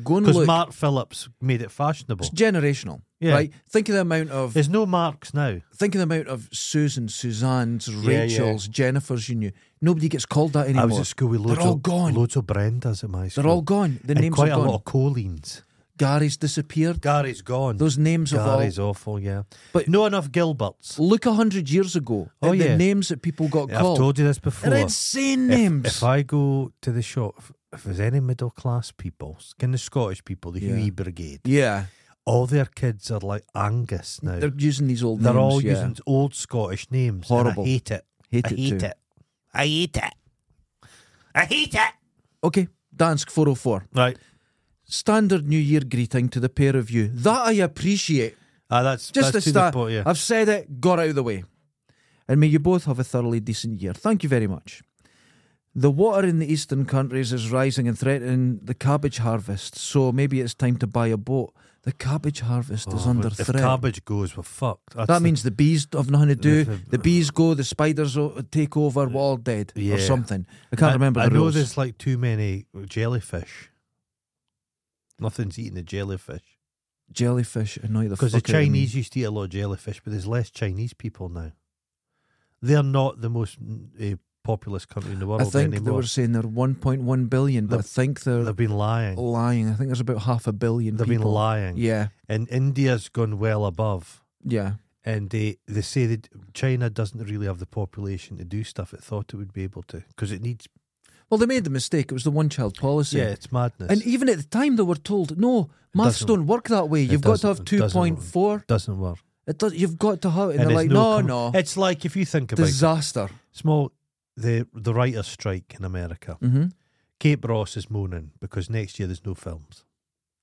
S2: go and
S1: because
S2: look.
S1: Mark Phillips made it fashionable.
S2: it's generational,
S1: Yeah.
S2: right? Think of the amount of
S1: There's no Marks now.
S2: think of the amount of Susan, Suzanne's,
S1: yeah.
S2: Rachel's, Jennifer's. You knew nobody gets called that anymore.
S1: I was at school with loads
S2: They're all
S1: of
S2: gone.
S1: loads of Brendas at my school.
S2: They're all gone. The
S1: and
S2: names
S1: quite
S2: are
S1: a
S2: gone.
S1: lot of Coleens.
S2: Gary's disappeared.
S1: Gary's gone.
S2: Those names have all.
S1: Gary's awful. Yeah,
S2: But-
S1: but no enough Gilberts.
S2: Look a hundred years ago.
S1: Oh,
S2: at
S1: yeah.
S2: the names that people got
S1: I've
S2: called.
S1: told you this before.
S2: They're insane
S1: If-
S2: names.
S1: If, I go to the shop, if- if there's any middle class people, kind of Scottish people, the
S2: Yeah.
S1: Huey Brigade,
S2: yeah,
S1: all their kids are like Angus now.
S2: they're
S1: They're,
S2: using these old. names,
S1: all
S2: yeah.
S1: using old Scottish names. and
S2: Horrible.
S1: I hate it.
S2: Hate
S1: I
S2: it
S1: hate
S2: too.
S1: it. I hate it. I hate it.
S2: Okay, Dansk 404.
S1: Right.
S2: Standard New Year greeting to the pair of you. That I appreciate.
S1: Ah, that's
S2: Just
S1: that's
S2: a
S1: to the
S2: start.
S1: point, yeah.
S2: I've said it, got out of the way. And may you both have a thoroughly decent year. Thank you very much. The water in the eastern countries is rising and threatening the cabbage harvest, so maybe it's time to buy a boat. The cabbage harvest is
S1: Oh,
S2: under
S1: if
S2: threat.
S1: cabbage goes, we're fucked. That's
S2: that
S1: the-
S2: means the bees have nothing to do.
S1: If
S2: The bees go, the spiders o- take over, we're all dead
S1: Yeah.
S2: or something. I can't
S1: I-
S2: remember
S1: I,
S2: the
S1: know
S2: rules.
S1: there's like too many jellyfish. Nothing's eating the jellyfish.
S2: Jellyfish annoy the
S1: Because the
S2: fuck out of me.
S1: Chinese used to eat a lot of jellyfish, but there's less Chinese people now. They're not the most uh, populous country in the world
S2: I think they
S1: anymore.
S2: were saying they're 1.1 billion, but I
S1: They've-
S2: think they're
S1: They've been lying.
S2: lying. I think there's about half a billion.
S1: They've been
S2: people.
S1: lying.
S2: Yeah,
S1: And India's gone well above.
S2: yeah.
S1: And they, they say that China doesn't really have the population to do stuff it thought it would be able to because it needs.
S2: Well, they made the mistake. It was the one-child policy.
S1: Yeah, it's madness.
S2: And even at the time, they were told, "No, maths
S1: doesn't-
S2: don't work that way. You've got to have
S1: doesn't- it doesn't work.
S2: 2.4.
S1: doesn't work.
S2: It does. You've got to have." And,
S1: it's
S2: they're like, "No,
S1: com-
S2: no,
S1: It's like if you think about it,
S2: disaster."
S1: small the the writers' strike in America.
S2: Mm-hmm.
S1: Kate Ross is moaning because next year there's no films.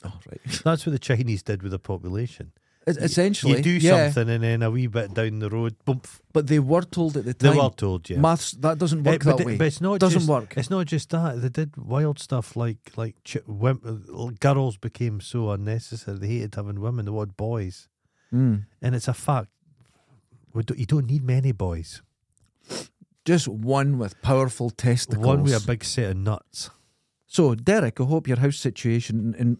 S2: Oh, right. [LAUGHS]
S1: That's what the Chinese did with the population.
S2: Es- essentially,
S1: You do
S2: yeah,
S1: something and then a wee bit down the road, boom,
S2: But they were told at the
S1: they
S2: time.
S1: were told you.
S2: Maths that doesn't work
S1: Eh,
S2: that
S1: but, it-
S2: way.
S1: but it's not
S2: doesn't
S1: just,
S2: work.
S1: It's not just that they did wild stuff like like ch- wim- girls became so unnecessary. They hated having women. They wanted boys,
S2: Mm.
S1: and it's a fact. We do, you don't need many boys.
S2: Just one with powerful testicles.
S1: One with a big set of nuts.
S2: So, Derek, I hope your house situation in,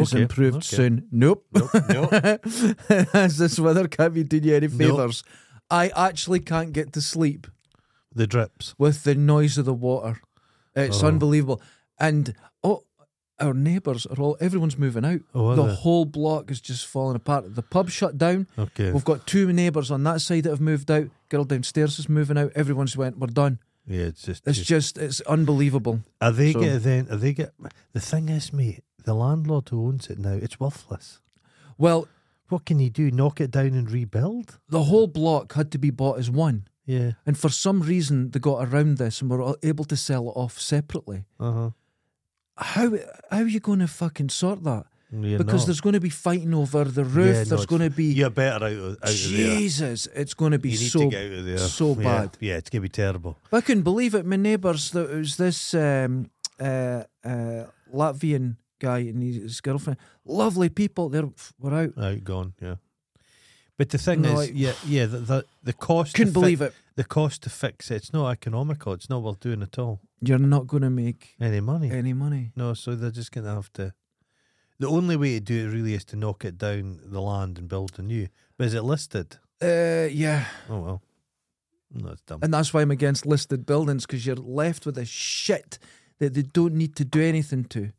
S2: is
S1: Okay,
S2: improved
S1: okay.
S2: soon. Nope. [LAUGHS]
S1: Nope, nope.
S2: As this weather can't be doing you any
S1: Nope.
S2: favours. I actually can't get to sleep
S1: [LAUGHS] the drips.
S2: with the noise of the water. It's
S1: Oh.
S2: unbelievable. And oh, our neighbours are all, everyone's moving out.
S1: Oh, are
S2: the
S1: they?
S2: whole block is just falling apart. The pub shut down.
S1: Okay.
S2: We've got two neighbours on that side that have moved out. Girl downstairs is moving out. Everyone's went, we're done.
S1: yeah, it's just.
S2: It's just, it's unbelievable.
S1: are they
S2: so-
S1: get then? Are they get? The thing is, mate, the landlord who owns it now, it's worthless.
S2: Well,
S1: What can he do? Knock it down and rebuild?
S2: the whole block had to be bought as one.
S1: Yeah.
S2: And for some reason, they got around this and were able to sell it off separately.
S1: Uh huh.
S2: How, how are you going to fucking sort that? because there's going to be fighting over the roof.
S1: Yeah, no,
S2: there's
S1: it's-
S2: going to be.
S1: you're better out of, out of there.
S2: Jesus, it's going to be
S1: You need
S2: so.
S1: to get out of there.
S2: so
S1: Yeah,
S2: bad.
S1: Yeah, it's gonna be terrible.
S2: I couldn't believe it. My neighbours, there was this um, uh, uh, Latvian guy and his girlfriend. Lovely people. They were out.
S1: Out gone. Yeah. But the thing
S2: No,
S1: is,
S2: like-
S1: yeah, yeah, the the, the cost.
S2: Couldn't
S1: to
S2: believe it.
S1: The cost to fix it. It's not economical. It's not worth doing at all.
S2: You're not going to make
S1: Any money?
S2: any money.
S1: No. So they're just gonna have to. The only way to do it really is to knock it down the land and build a new. But is it listed?
S2: Uh, yeah.
S1: Oh well. No, it's dumb.
S2: And that's why I'm against listed buildings because you're left with a shit that they don't need to do anything to.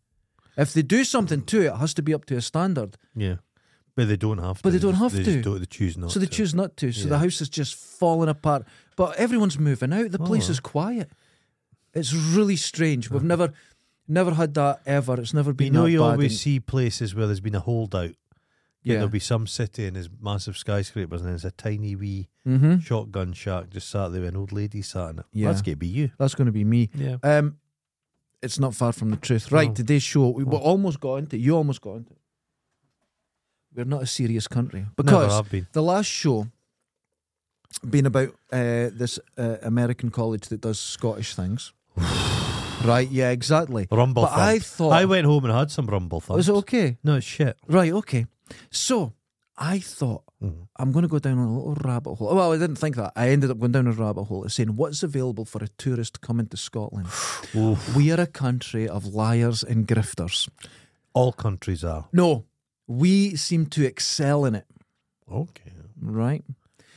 S2: If they do something to it, it has to be up to a standard.
S1: yeah. But they don't have to.
S2: But they don't
S1: just-
S2: have
S1: they
S2: to.
S1: Just don't, they choose not.
S2: so they
S1: to.
S2: choose not to. So
S1: Yeah.
S2: the house is just falling apart. But everyone's moving out. The place
S1: Oh.
S2: is quiet. It's really strange. We've never, never had that ever. It's never been.
S1: You know,
S2: that
S1: you
S2: bad
S1: always
S2: and-
S1: see places where there's been a holdout. Yeah.
S2: Yeah.
S1: There'll be some city and there's massive skyscrapers and there's a tiny wee
S2: Mhm.
S1: shotgun shack just sat there with an old lady sat in it.
S2: Yeah.
S1: That's going to be you.
S2: That's going to be me.
S1: Yeah.
S2: Um, it's not far from the truth. Right,
S1: No.
S2: today's show we, we almost got into. it. You almost got into. it. We're not a serious country
S1: Never
S2: because
S1: have been.
S2: the last show being about uh, this uh, American college that does Scottish things. right, yeah, exactly.
S1: Rumble
S2: but I
S1: thumps.
S2: thought-
S1: I went home and had some rumble thumps.
S2: Was it okay?
S1: No, it's shit.
S2: Right, okay. So I thought
S1: Mhm.
S2: I'm going to go down a little rabbit hole. Well, I didn't think that. I ended up going down a rabbit hole. It's saying what's available for a tourist coming to Scotland.
S1: Oof.
S2: we are a country of liars and grifters.
S1: All countries are.
S2: No, we seem to excel in it.
S1: Okay.
S2: right?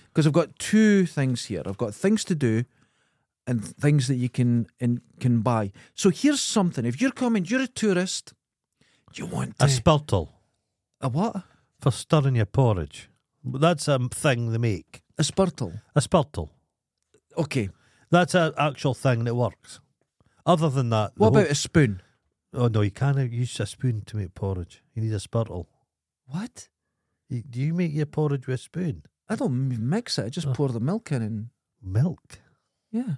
S2: Because I've got two things here. I've got things to do and things that you can and can buy. So here's something. If you're coming, you're a tourist. You want to,
S1: A spurtle
S2: a what?
S1: for stirring your porridge. That's a thing they make.
S2: A spurtle.
S1: A spurtle.
S2: Okay.
S1: That's an actual thing that works. Other than that, the
S2: What
S1: whole-
S2: about a spoon?
S1: Oh no, you can't use a spoon to make porridge. You need a spurtle.
S2: What?
S1: You, do you make your porridge with a spoon?
S2: I don't m- mix it. I just
S1: Oh.
S2: pour the milk in and
S1: Milk?
S2: yeah.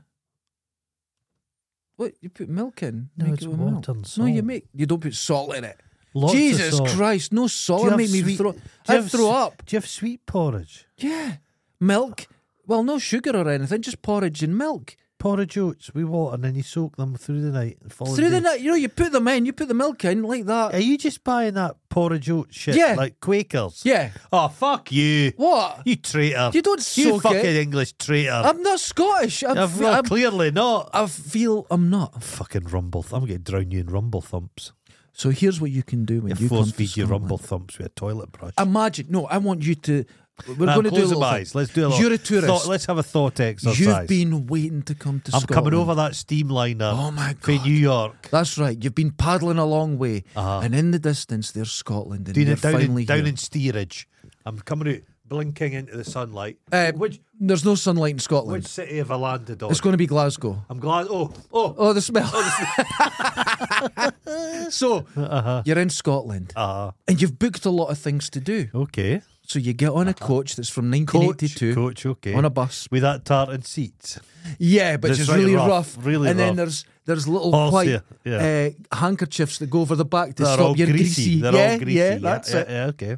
S2: What you put milk in?
S1: No,
S2: make
S1: it's
S2: it with
S1: water
S2: milk.
S1: and
S2: No, you
S1: salt.
S2: make you don't put salt in it.
S1: Lots of
S2: Jesus
S1: salt.
S2: Christ! No
S1: Do
S2: salt.
S1: you have
S2: It'd Make me
S1: sweet-
S2: throw.
S1: do you
S2: I'd
S1: have
S2: throw
S1: s-
S2: up.
S1: Do you have sweet porridge?
S2: Yeah. Milk. Well, no sugar or anything, just porridge and milk.
S1: Porridge oats with water, and then you soak them through the night. And follow
S2: Through the night, you know, you put them in, you put the milk in like that.
S1: Are you just buying that porridge oat shit?
S2: Yeah.
S1: Like Quakers?
S2: yeah.
S1: Oh, fuck you.
S2: What?
S1: You traitor.
S2: You don't
S1: You
S2: soak
S1: fucking
S2: it.
S1: English traitor.
S2: I'm not Scottish. I'm,
S1: I've,
S2: fe-
S1: well,
S2: I'm,
S1: clearly not.
S2: I feel I'm not.
S1: fucking rumble. Th- I'm going to drown you in rumble thumps.
S2: So here's what you can do when
S1: You,
S2: you, come
S1: force
S2: to
S1: feed you
S2: Scotland.
S1: rumble thumps with a toilet brush.
S2: Imagine. No, I want you to. We're
S1: Now,
S2: going to do a
S1: close
S2: little
S1: them
S2: thing.
S1: eyes. Let's do a little
S2: You're a tourist.
S1: Thought, let's have a thought exercise.
S2: You've been waiting to come to
S1: I'm
S2: Scotland.
S1: coming over that steamliner.
S2: Oh my
S1: For
S2: God.
S1: New York.
S2: That's right. You've been paddling a long way,
S1: Uh-huh.
S2: and in the distance there's Scotland, and
S1: Doing
S2: you're
S1: it down,
S2: finally
S1: in, down
S2: here.
S1: in steerage. I'm coming out blinking into the sunlight.
S2: Uh,
S1: which
S2: There's no sunlight in Scotland.
S1: which city have I landed on?
S2: It's going to be Glasgow.
S1: I'm glad. Oh, oh.
S2: Oh, the smell. [LAUGHS] so you're in Scotland
S1: Ah,
S2: and you've booked a lot of things to do.
S1: okay.
S2: So you get on a coach that's from
S1: Coach,
S2: 1982
S1: coach, okay.
S2: on a bus.
S1: With that tartan seats.
S2: Yeah, but
S1: That's
S2: it's
S1: right,
S2: really rough.
S1: rough, really
S2: and then
S1: rough.
S2: there's there's little
S1: Horse
S2: white
S1: hair, yeah.
S2: uh, handkerchiefs that go over the back to
S1: They're
S2: stop
S1: all
S2: your
S1: greasy.
S2: greasy.
S1: They're
S2: yeah,
S1: all greasy.
S2: yeah, that's
S1: yeah,
S2: it.
S1: yeah, okay.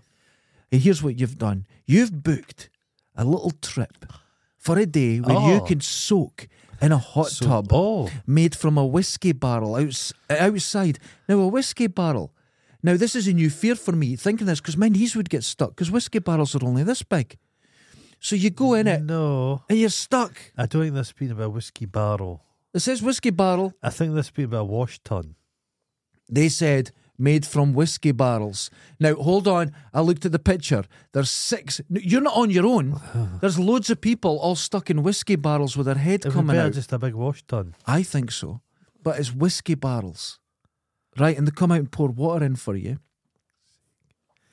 S2: "Hey, here's what you've done. You've booked a little trip for a day where you
S1: Oh.
S2: can soak in a hot
S1: So-
S2: tub
S1: Oh,
S2: made from a whiskey barrel outs- outside. Now, a whiskey barrel. Now, this is a new fear for me, thinking this, because my knees would get stuck, because whiskey barrels are only this big. So you go in
S1: Mm.
S2: it
S1: no.
S2: and you're stuck.
S1: I don't think that's speaking about a whiskey barrel.
S2: It says whiskey barrel.
S1: I think that's speaking about a wash tun.
S2: They said made from whiskey barrels. Now, hold on. I looked at the picture. There's six. no, You're not on
S1: [SIGHS]
S2: your own. There's loads of people all stuck in whiskey barrels with their head
S1: It would
S2: coming
S1: be
S2: out.
S1: just a big wash tun.
S2: I think so. But it's whiskey barrels. Right? And they come out and pour water in for you.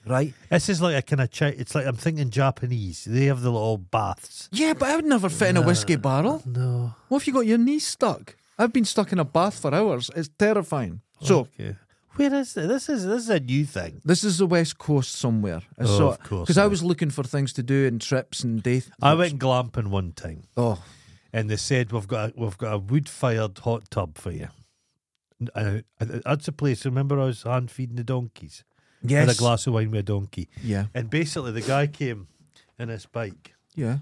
S2: Right?
S1: This is like a kind of chi- It's like I'm thinking Japanese. They have the little baths.
S2: Yeah, but I would never fit in a whiskey barrel.
S1: No.
S2: What if you got your knees stuck? I've been stuck in a bath for hours. It's terrifying. So,
S1: Okay. Where is it? This is this is a new thing.
S2: this is the West Coast somewhere. I
S1: Oh,
S2: saw
S1: of course,
S2: Because I
S1: yeah.
S2: was looking for things to do and trips and day.
S1: I went glamping one time,
S2: Oh,
S1: and they said we've got a, we've got a wood fired hot tub for you. And I- I- that's a place. Remember, I was hand feeding the donkeys.
S2: yes.
S1: Had a glass of wine with a donkey,
S2: Yeah.
S1: and basically the guy came in his bike
S2: Yeah.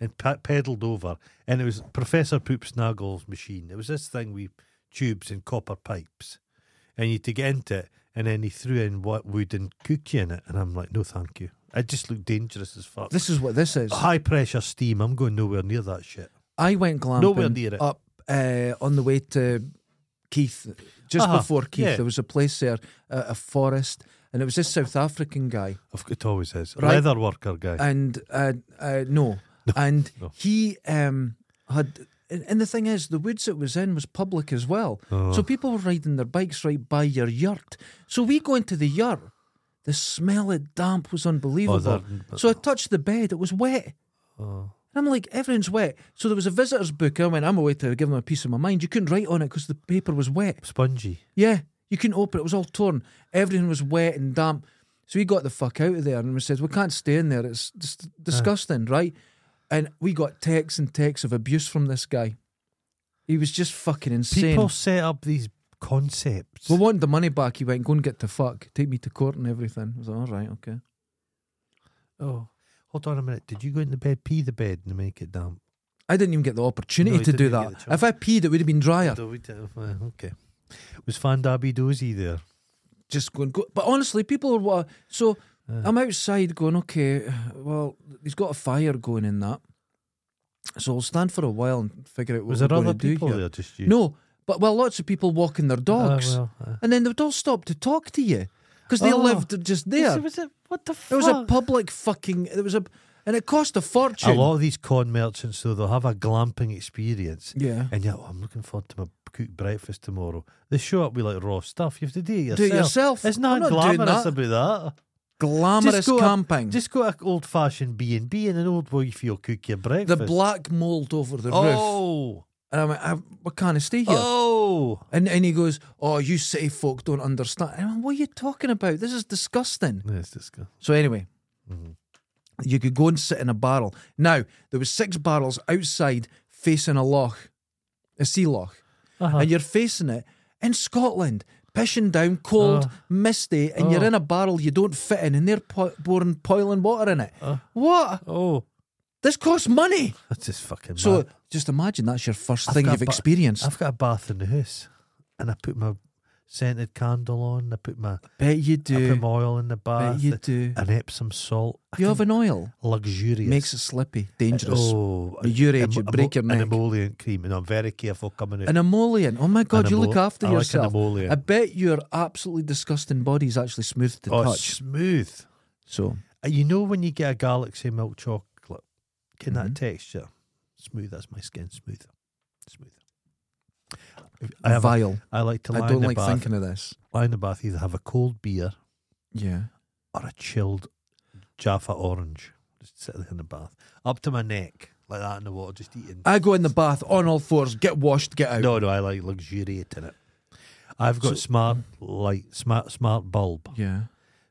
S1: and pe- pedalled over, and it was Professor Poopsnaggle's machine. It was this thing with tubes and copper pipes, and you had to get into it, and then he threw in what wood and cookie in it, and I'm like, no, thank you. It just looked dangerous as fuck.
S2: This is what this is.
S1: High pressure steam. I'm going nowhere near that shit.
S2: I went glamping
S1: Nowhere near it.
S2: up uh, on the way to Keith, just
S1: Uh-huh,
S2: before Keith.
S1: yeah.
S2: There was a place there, a, a forest, and it was this South African guy,
S1: Of c- It always is.
S2: Right.
S1: Leather worker guy.
S2: and uh, uh, no, and
S1: [LAUGHS] no.
S2: he um, had. And and the thing is, the woods it was in was public as well,
S1: Oh.
S2: so people were riding their bikes right by your yurt. So we go into the yurt. The smell of damp was unbelievable.
S1: Oh, that-
S2: so I touched the bed; it was wet.
S1: Oh.
S2: And I'm like, everything's wet. So there was a visitor's book. I went, I'm away to give him a piece of my mind. You couldn't write on it because the paper was wet.
S1: Spongy.
S2: Yeah, you couldn't open it. It was all torn. Everything was wet and damp. So we got the fuck out of there and we said, we can't stay in there. It's just disgusting, right? And we got texts and texts of abuse from this guy. He was just fucking insane.
S1: People set up these concepts.
S2: we wanted the money back. He went, go and get the fuck. Take me to court and everything. I was like, all right, okay.
S1: oh, hold on a minute. Did you go in the bed, pee the bed, and make it damp?
S2: I didn't even get the opportunity
S1: No, he
S2: to do
S1: didn't get
S2: that.
S1: the chance.
S2: If I peed, it would have been drier.
S1: No, we didn't. Well, Uh, Okay. Was Fan Dabby Dozy there?
S2: just going go. But honestly, people are what. So I'm outside going, okay, well, he's got a fire going in that. So I'll stand for a while and figure out what
S1: Was
S2: we're
S1: there
S2: going
S1: other
S2: to do
S1: people
S2: here.
S1: there? Just you?
S2: No, but well, lots of people walking their
S1: Ah,
S2: dogs,
S1: well, ah.
S2: and then they would all stop to talk to you because they
S1: Oh.
S2: lived just
S1: Was
S2: there.
S1: it- was it- what the fuck?
S2: It was a public fucking. It was a, and it cost a
S1: a
S2: fortune.
S1: lot of these con merchants, though, they'll have a glamping experience.
S2: Yeah.
S1: And yeah, oh, I'm looking forward to my cooked breakfast tomorrow. They show up with like raw stuff. You have to do it yourself.
S2: Do it yourself.
S1: It's
S2: I'm
S1: not
S2: not doing
S1: glamorous
S2: that.
S1: about that.
S2: Glamorous
S1: go a-
S2: camping.
S1: Just go to old fashioned B and B and an old way feel cook your breakfast.
S2: the black mold over the roof.
S1: oh,
S2: And I'm like, I, I can't stay here.
S1: oh,
S2: And and he goes, "Oh, you city folk don't understand." And I'm, what are you talking about? This is disgusting.
S1: that's disgusting.
S2: So anyway,
S1: Mm-hmm.
S2: you could go and sit in a barrel. Now there was six barrels outside facing a loch, a sea loch,
S1: Uh-huh.
S2: and you're facing it in Scotland, pissing down, cold, misty, and you're
S1: Oh.
S2: in a barrel you don't fit in, and they're po- pouring boiling water in it. what?
S1: Oh,
S2: This costs money.
S1: that's just fucking.
S2: So
S1: mad.
S2: just imagine that's your 1st
S1: I've
S2: thing
S1: got
S2: you've
S1: a ba-
S2: experienced.
S1: I've got a bath in the house, and I put my scented candle on. I put my
S2: bet you
S1: I put
S2: do.
S1: my oil in the bath.
S2: you do.
S1: An Epsom salt. I
S2: You have
S1: think
S2: an oil.
S1: luxurious.
S2: Makes it slippy, dangerous.
S1: Oh,
S2: At your age, you break your neck.
S1: An emollient cream, and I'm very careful coming out.
S2: An emollient. Oh my God,
S1: An
S2: you
S1: emo-
S2: look after
S1: I like an
S2: yourself.
S1: emollient.
S2: I bet your absolutely disgusting body is actually smooth to
S1: oh,
S2: touch.
S1: smooth.
S2: So,
S1: Uh, You know when you get a Galaxy milk chocolate, can
S2: Mm-hmm.
S1: that texture smooth? That's my skin smooth, smooth. I have. A,
S2: vile.
S1: I like to
S2: I
S1: lie in
S2: don't
S1: the
S2: like
S1: bath.
S2: thinking of this.
S1: Lie in the bath. Either have a cold beer
S2: Yeah.
S1: or a chilled Jaffa orange. Just sit there in the bath, up to my neck, like that in the water, just eating.
S2: I go in the bath on all fours, get washed, get out.
S1: no, no, I like luxuriating it. I've got
S2: So-
S1: smart light, smart smart bulb,
S2: Yeah.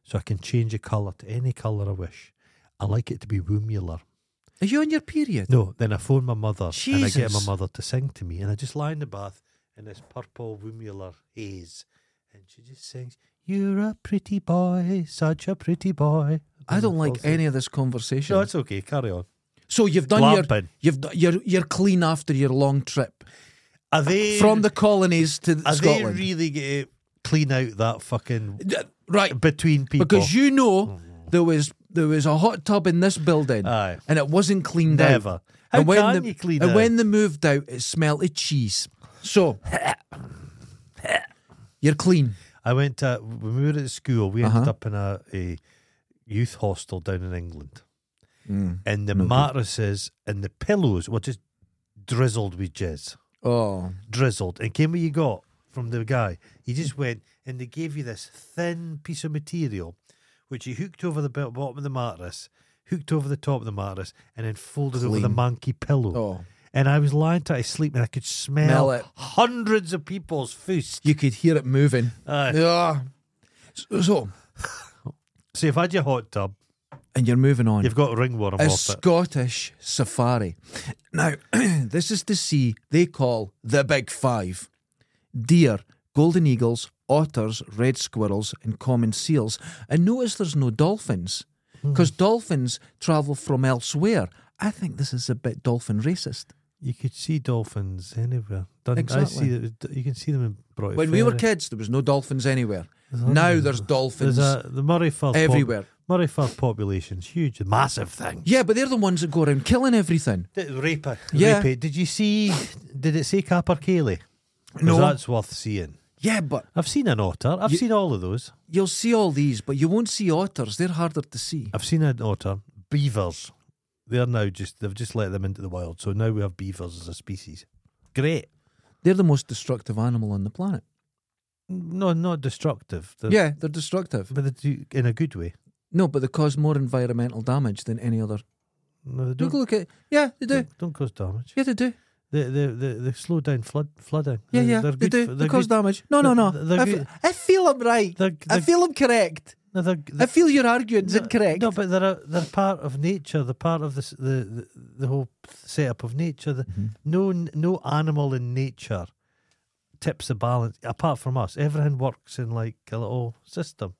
S1: so I can change a colour to any colour I wish. I like it to be roomular.
S2: Are you on your period?
S1: No, then I phone my mother and I get my
S2: Jesus.
S1: mother to sing to me, and I just lie in the bath in this purple rumular haze, And she just sings, You're a pretty boy, such a pretty boy.
S2: I don't like any of this conversation.
S1: No, it's okay. Carry on.
S2: so you've done your
S1: Larping.
S2: you've d- you're you're clean after your long trip
S1: Are they
S2: from the colonies to
S1: Are
S2: Scotland.
S1: they really going to clean out that fucking
S2: D- right,
S1: between people? Mm.
S2: because you know there was there was a hot tub in this building
S1: Aye.
S2: and it wasn't cleaned out.
S1: Never. How
S2: and when
S1: can
S2: the,
S1: you clean
S2: And
S1: out?
S2: when they moved out, it smelled of cheese. So [COUGHS] you're clean.
S1: I went to when we were at school. We ended
S2: Uh-huh.
S1: up in a, a youth hostel down in England,
S2: Mm,
S1: and the mattresses and the pillows were just drizzled with jizz,
S2: Oh,
S1: drizzled. And came what you got from the guy. He
S2: Mm.
S1: just went and they gave you this thin piece of material, which you hooked over the bo- bottom of the mattress, hooked over the top of the mattress, and then folded over the
S2: Clean.
S1: monkey pillow.
S2: oh!
S1: And I was lying to I sleep and I could smell,
S2: Smell it.
S1: hundreds of people's foos.
S2: You could hear it moving.
S1: Aye.
S2: Yeah. So, so-
S1: so if I had your hot tub,
S2: and you're moving on.
S1: you've got ringworm
S2: a
S1: off it.
S2: Scottish safari. Now, [CLEARS THROAT] this is the sea they call the Big Five deer, golden eagles, otters, red squirrels, and common seals. And notice there's no dolphins
S1: Hmm.
S2: because dolphins travel from elsewhere. I think this is a bit dolphin racist.
S1: You could see dolphins anywhere. Don't I see
S2: Exactly.
S1: that you can see them in Broughty
S2: When we were
S1: Ferry.
S2: kids, there was no dolphins anywhere. Now there's dolphins.
S1: There's a, the Murray Firth pop-
S2: everywhere.
S1: Murray Firth population's huge, a massive thing.
S2: yeah, but they're the ones that go around killing everything.
S1: Did, rape it.
S2: Yeah.
S1: Rape it. Did you see? Did it say Capper Cayley? 'Cause
S2: No.
S1: that's worth seeing.
S2: Yeah, but
S1: I've seen an otter. I've seen all of those.
S2: you'll see all these, but you won't see otters. They're harder to see.
S1: I've seen an otter. Beavers. They're now just they've just let them into the wild. So now we have beavers as a species. Great.
S2: They're the most destructive animal on the planet.
S1: No, not destructive. They're-
S2: Yeah, they're destructive.
S1: but they do, in a good way.
S2: No, but they cause more environmental damage than any other.
S1: No, they
S2: Look,
S1: don't.
S2: look at yeah, they do.
S1: Don't cause damage.
S2: Yeah, they do.
S1: They they they, they slow down flood flooding.
S2: Yeah,
S1: They-
S2: yeah,
S1: they're
S2: they
S1: good
S2: do.
S1: for-
S2: They
S1: they're
S2: cause
S1: good-
S2: damage. No, no, no.
S1: They're- they're
S2: I
S1: good-
S2: fe- I feel I'm right.
S1: They're-
S2: I
S1: they're-
S2: feel I'm correct.
S1: no, they're,
S2: I
S1: they're-
S2: feel your argument's
S1: no,
S2: incorrect.
S1: No, but they're a, they're part of nature. They're part of this, the the the whole setup of nature. The,
S2: Mm-hmm.
S1: No no animal in nature tips the balance apart from us. Everything works in like a little system.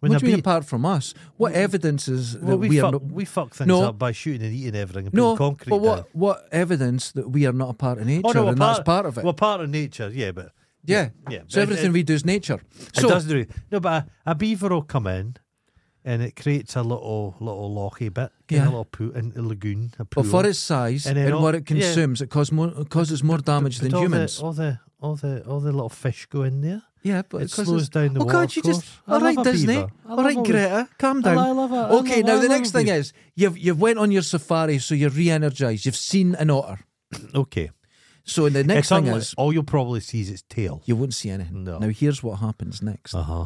S1: When
S2: what
S1: a
S2: do you mean
S1: bee-
S2: apart from us? What evidence is
S1: well,
S2: that
S1: we,
S2: we are
S1: fuck,
S2: not?
S1: we fuck things
S2: No.
S1: up by shooting and eating everything and putting
S2: No,
S1: concrete
S2: but what
S1: down.
S2: what evidence that we are not a part of nature
S1: Oh, no, we're
S2: and
S1: part,
S2: that's part of it?
S1: We're part of nature, yeah, but
S2: yeah.
S1: yeah,
S2: So
S1: it-
S2: everything
S1: it-
S2: we do is nature. So
S1: it does do. No, but a, a beaver will come in, and it creates a little little locky bit, yeah.
S2: Yeah.
S1: a little poo, and a lagoon, a pool.
S2: well, for its size and,
S1: And then all-
S2: what it
S1: yeah.
S2: consumes, it, cause more, it causes more damage
S1: But
S2: than
S1: all
S2: humans.
S1: The, all the all the all the little fish go in there.
S2: Yeah, but
S1: It
S2: because
S1: slows
S2: it's-
S1: down the
S2: oh, God,
S1: water
S2: you just
S1: course. I
S2: all right,
S1: love a
S2: Disney.
S1: beaver. I
S2: All
S1: love
S2: right,
S1: a wee-
S2: Greta, calm
S1: I
S2: down.
S1: lo- I love a- I
S2: okay,
S1: love-
S2: now
S1: I
S2: the
S1: love
S2: next
S1: a
S2: thing
S1: beaver.
S2: is you've you've went on your safari, so you're re-energized. You've seen an otter,
S1: Okay,
S2: so the next
S1: it's
S2: thing
S1: unlike-
S2: is
S1: all you'll probably see is its tail.
S2: you won't see anything.
S1: No.
S2: Now here's what happens next.
S1: Uh huh.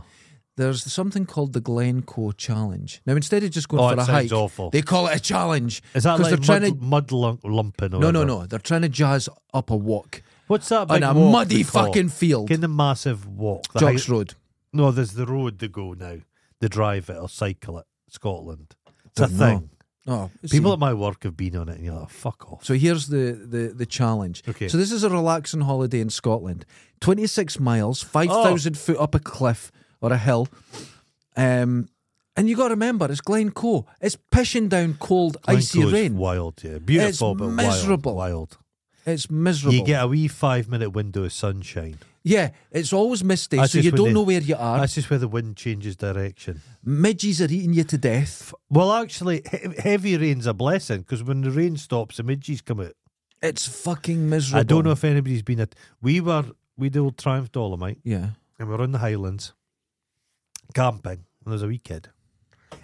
S2: There's something called the Glencoe Challenge. Now instead of just going
S1: Oh,
S2: for
S1: it
S2: a
S1: sounds
S2: hike,
S1: awful.
S2: they call it a challenge
S1: Is that like
S2: 'cause they're
S1: mud,
S2: trying to.
S1: mud lump, lumping? Or
S2: No, no,
S1: whatever?
S2: no. They're trying to jazz up a walk
S1: What's that?
S2: on
S1: big
S2: a
S1: walk
S2: muddy
S1: they call?
S2: fucking field,
S1: Can the massive walk? the
S2: Jocks
S1: high-
S2: Road.
S1: No, there's the road to go now. They drive it or cycle it. Scotland. It's a
S2: Don't know.
S1: thing.
S2: Oh, it's
S1: People at my work have been on it, and you're like, "Fuck off."
S2: So here's the, the, the challenge.
S1: Okay.
S2: So this is a relaxing holiday in Scotland. 26 miles, 5,000
S1: Oh.
S2: foot up a cliff or a hill. Um, and you got to remember, it's Glencoe. It's pishing down cold, icy
S1: Glencoe's
S2: rain.
S1: Wild, yeah. Beautiful, but
S2: miserable.
S1: Wild,
S2: It's
S1: wild.
S2: miserable.
S1: You get a wee five minute window of sunshine.
S2: yeah, it's always misty,
S1: That's
S2: so you
S1: just when
S2: don't
S1: they-
S2: know where you are.
S1: That's just where the wind changes direction.
S2: Midges are eating you to death.
S1: Well, actually, he- heavy rain's a blessing because when the rain stops, the midges come out.
S2: It's fucking miserable.
S1: I don't know if anybody's been at. We were we did old Triumph Dolomite,
S2: Yeah.
S1: and we were in the Highlands camping, and there's a wee kid,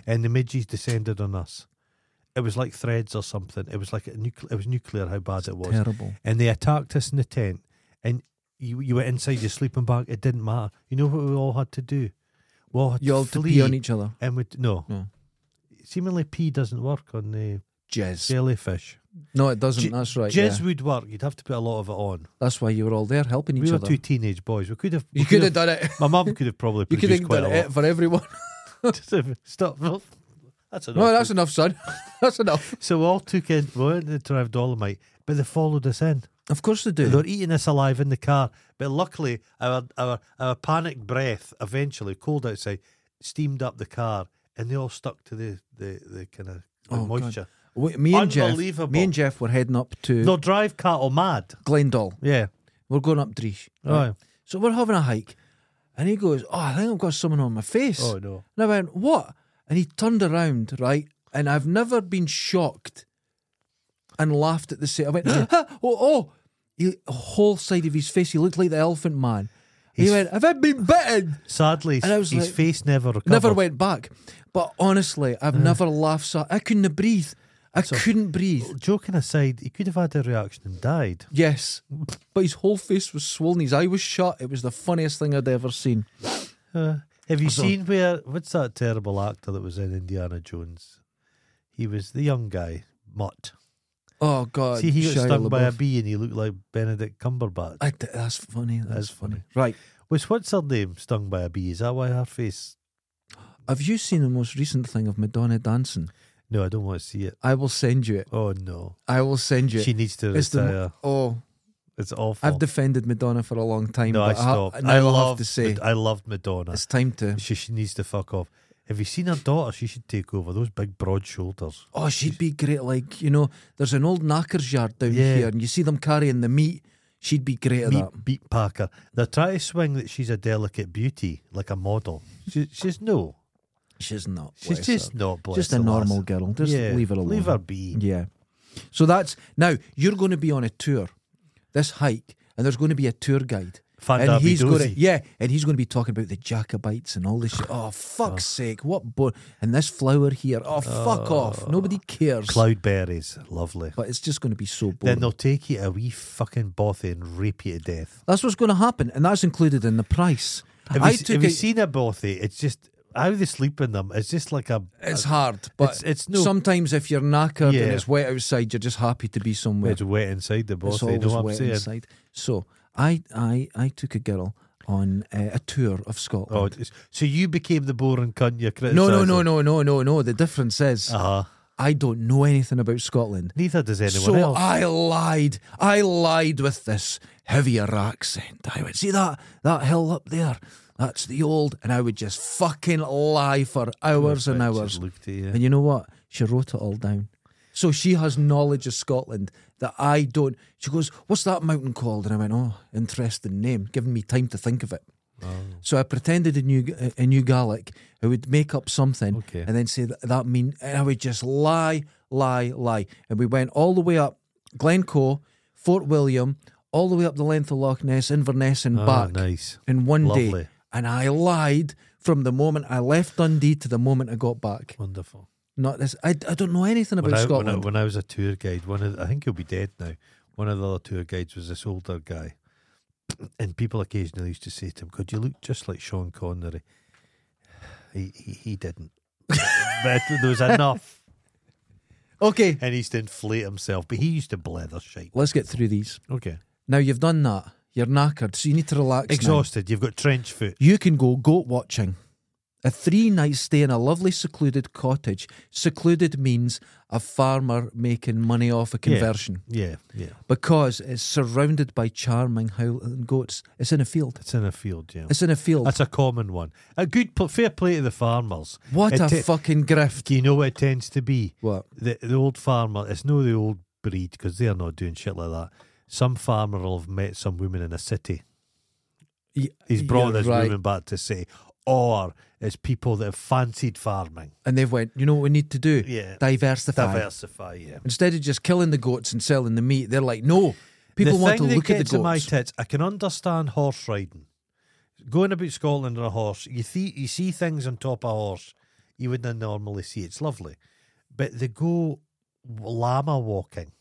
S1: and the midges descended on us. It was like threads or something. It was like a nuclear. It was nuclear. How bad it was.
S2: Terrible.
S1: and they attacked us in the tent. And you you were inside your sleeping bag. It didn't matter. You know what we all had to do? We all had
S2: You all
S1: to
S2: to
S1: flee.
S2: pee on each other.
S1: and we no.
S2: No.
S1: Seemingly, pee doesn't work on the
S2: Jizz.
S1: jellyfish.
S2: No, it doesn't.
S1: J-
S2: That's right.
S1: Jizz
S2: yeah.
S1: would work. You'd have to put a lot of it on.
S2: That's why you were all there helping each
S1: we were
S2: other.
S1: two teenage boys. We could have. we
S2: you could have done it.
S1: [LAUGHS] My mum could have probably
S2: You could
S1: produced
S2: have
S1: quite
S2: done
S1: a
S2: it
S1: lot.
S2: for everyone.
S1: [LAUGHS] Stop. well, That's enough.
S2: [LAUGHS] No, [LAUGHS] that's enough, son. that's enough.
S1: so we all took in. We went to Drive Dolomite, but they followed us in.
S2: Of course they do.
S1: They're eating us alive in the car. But luckily, our our our panic breath eventually, cold outside, steamed up the car, and they all stuck to the the, the kind of the
S2: Oh, God.
S1: moisture.
S2: We- me and Jeff,
S1: Unbelievable.
S2: me and Jeff were heading up to
S1: They'll drive cattle mad.
S2: Glendall.
S1: Yeah.
S2: We're going up Dreesh.
S1: Aye.
S2: So we're having a hike, and he goes, "Oh, I think I've got someone on my face."
S1: Oh no.
S2: And I went, What? And he turned around, right? And I've never been shocked and laughed at the same. I went, "Ha, Oh, oh. He, the whole side of his face, he looked like the elephant man. He
S1: He's-
S2: went, Have I been bitten?
S1: Sadly,
S2: And I was
S1: his
S2: like-
S1: face never recovered.
S2: Never went back. But honestly, I've never laughed so I couldn't breathe. I couldn't breathe.
S1: Joking aside, he could have had a reaction and died.
S2: Yes. But his whole face was swollen. His eye was shut. It was the funniest thing I'd ever seen.
S1: Uh, have you
S2: So-
S1: seen where? What's that terrible actor that was in Indiana Jones? He was the young guy, Mutt.
S2: Oh, God.
S1: See, he got
S2: Shia
S1: stung by a
S2: LaBeouf.
S1: bee and he looked like Benedict Cumberbatch.
S2: I d- that's funny. That's,
S1: That's
S2: funny.
S1: funny.
S2: Right.
S1: Was what's her name stung by a bee? Is that why her face?
S2: Have you seen the most recent thing of Madonna dancing?
S1: No, I don't want to see it.
S2: I will send you it.
S1: Oh no,
S2: I will send you it.
S1: she needs to
S2: It's the mo-
S1: retire.
S2: oh,
S1: it's awful.
S2: I've defended Madonna for a long time.
S1: no, I
S2: but ha-
S1: stopped.
S2: now
S1: I,
S2: I'll
S1: love
S2: have to say
S1: I loved Madonna.
S2: it's time to.
S1: She, she needs to fuck off. Have you seen her daughter? She should take over. Those big broad shoulders.
S2: Oh, she'd be great. Like you know, there's an old knacker's yard down
S1: Yeah.
S2: here, and you see them carrying the meat. She'd be great at
S1: Meat,
S2: that.
S1: beat Packer. They're trying to swing that she's a delicate beauty, like a model. She, she's no.
S2: She's not.
S1: She's
S2: bless
S1: just
S2: her.
S1: not blessed.
S2: just a
S1: the
S2: normal
S1: lass.
S2: girl. Just
S1: Yeah,
S2: leave her alone.
S1: Leave her be.
S2: Yeah. So that's now you're going to be on a tour, this hike, and there's going to be a tour guide.
S1: Fat
S2: and
S1: Derby
S2: he's going to
S1: Dozy.
S2: yeah, and he's going to be talking about the Jacobites and all this shit. Oh fuck's sake, what bo- and this flower here. Oh fuck off, nobody cares.
S1: Cloudberries, lovely.
S2: But it's just going to be so
S1: Then
S2: boring.
S1: they'll take you to a wee fucking bothy and rape you to death.
S2: that's what's going to happen, and that's included in the price.
S1: Have,
S2: I
S1: you,
S2: took
S1: have you
S2: it-
S1: seen a bothy? It's just how they sleep in them. It's just like a.
S2: it's hard, but
S1: It's- it's no-
S2: sometimes if you're knackered
S1: Yeah.
S2: and it's wet outside, you're just happy to be somewhere.
S1: it's wet inside the
S2: It's
S1: bothy. You
S2: always
S1: know what I'm
S2: wet
S1: saying?
S2: inside. So I, I, I took a girl on uh, a tour of Scotland.
S1: Oh, it's- so you became the boring cunt you're criticising?
S2: no, no, no, no, no, no, no. The difference is
S1: Uh huh.
S2: I don't know anything about Scotland.
S1: Neither does anyone
S2: So
S1: else.
S2: I lied. I lied with this heavier accent. I would see that that hill up there. That's the old, and I would just fucking lie for hours and
S1: Right, just
S2: hours.
S1: Looked at you.
S2: And you know what? She wrote it all down. So she has knowledge of Scotland that I don't. She goes, What's that mountain called? And I went, Oh, interesting name, giving me time to think of it.
S1: Oh.
S2: So I pretended a new a- a new Gaelic. I would make up something
S1: Okay.
S2: and then say that, that mean, and I would just lie, lie, lie. And we went all the way up Glencoe, Fort William, all the way up the length of Loch Ness, Inverness, and
S1: Ah,
S2: back
S1: nice.
S2: in one day.
S1: Lovely.
S2: And I lied from the moment I left Dundee to the moment I got back.
S1: Wonderful.
S2: Not this. I, I don't know anything about
S1: When I, when, I,
S2: Scotland.
S1: when I was a tour guide, one of the, I think he'll be dead now. One of the other tour guides was this older guy, and people occasionally used to say to him, "God, you look just like Sean Connery." He he, he didn't, [LAUGHS] but there was enough,
S2: okay,
S1: and he used to inflate himself. But he used to blether shite.
S2: let's get through these.
S1: Okay,
S2: Now you've done that. You're knackered, so you need to relax. now.
S1: exhausted. You've got trench foot.
S2: You can go goat watching. A three night stay in a lovely secluded cottage. Secluded means a farmer making money off a conversion
S1: Yeah, yeah.
S2: because it's surrounded by charming howling goats. It's in a field.
S1: It's in a field. Yeah,
S2: It's in a field.
S1: that's a common one. A good pl- fair play to the farmers.
S2: what
S1: It
S2: a
S1: te-
S2: fucking grift.
S1: Do you know what it tends to be?
S2: What?
S1: the, the old farmer, it's no the old breed because they're not doing shit like that. Some farmer will have met some woman in a city. He's brought
S2: You're
S1: this
S2: right.
S1: woman back to say, or it's people that have fancied farming.
S2: And they've went, you know what we need to do?
S1: Yeah.
S2: Diversify.
S1: Diversify, yeah.
S2: Instead of just killing the goats and selling the meat, they're like, no, people
S1: the
S2: want
S1: thing
S2: to
S1: that
S2: look at the
S1: gets in my
S2: goats.
S1: tits, I can understand horse riding. Going about Scotland on a horse, you, th- you see things on top of a horse you wouldn't normally see. It's lovely. But they go llama walking.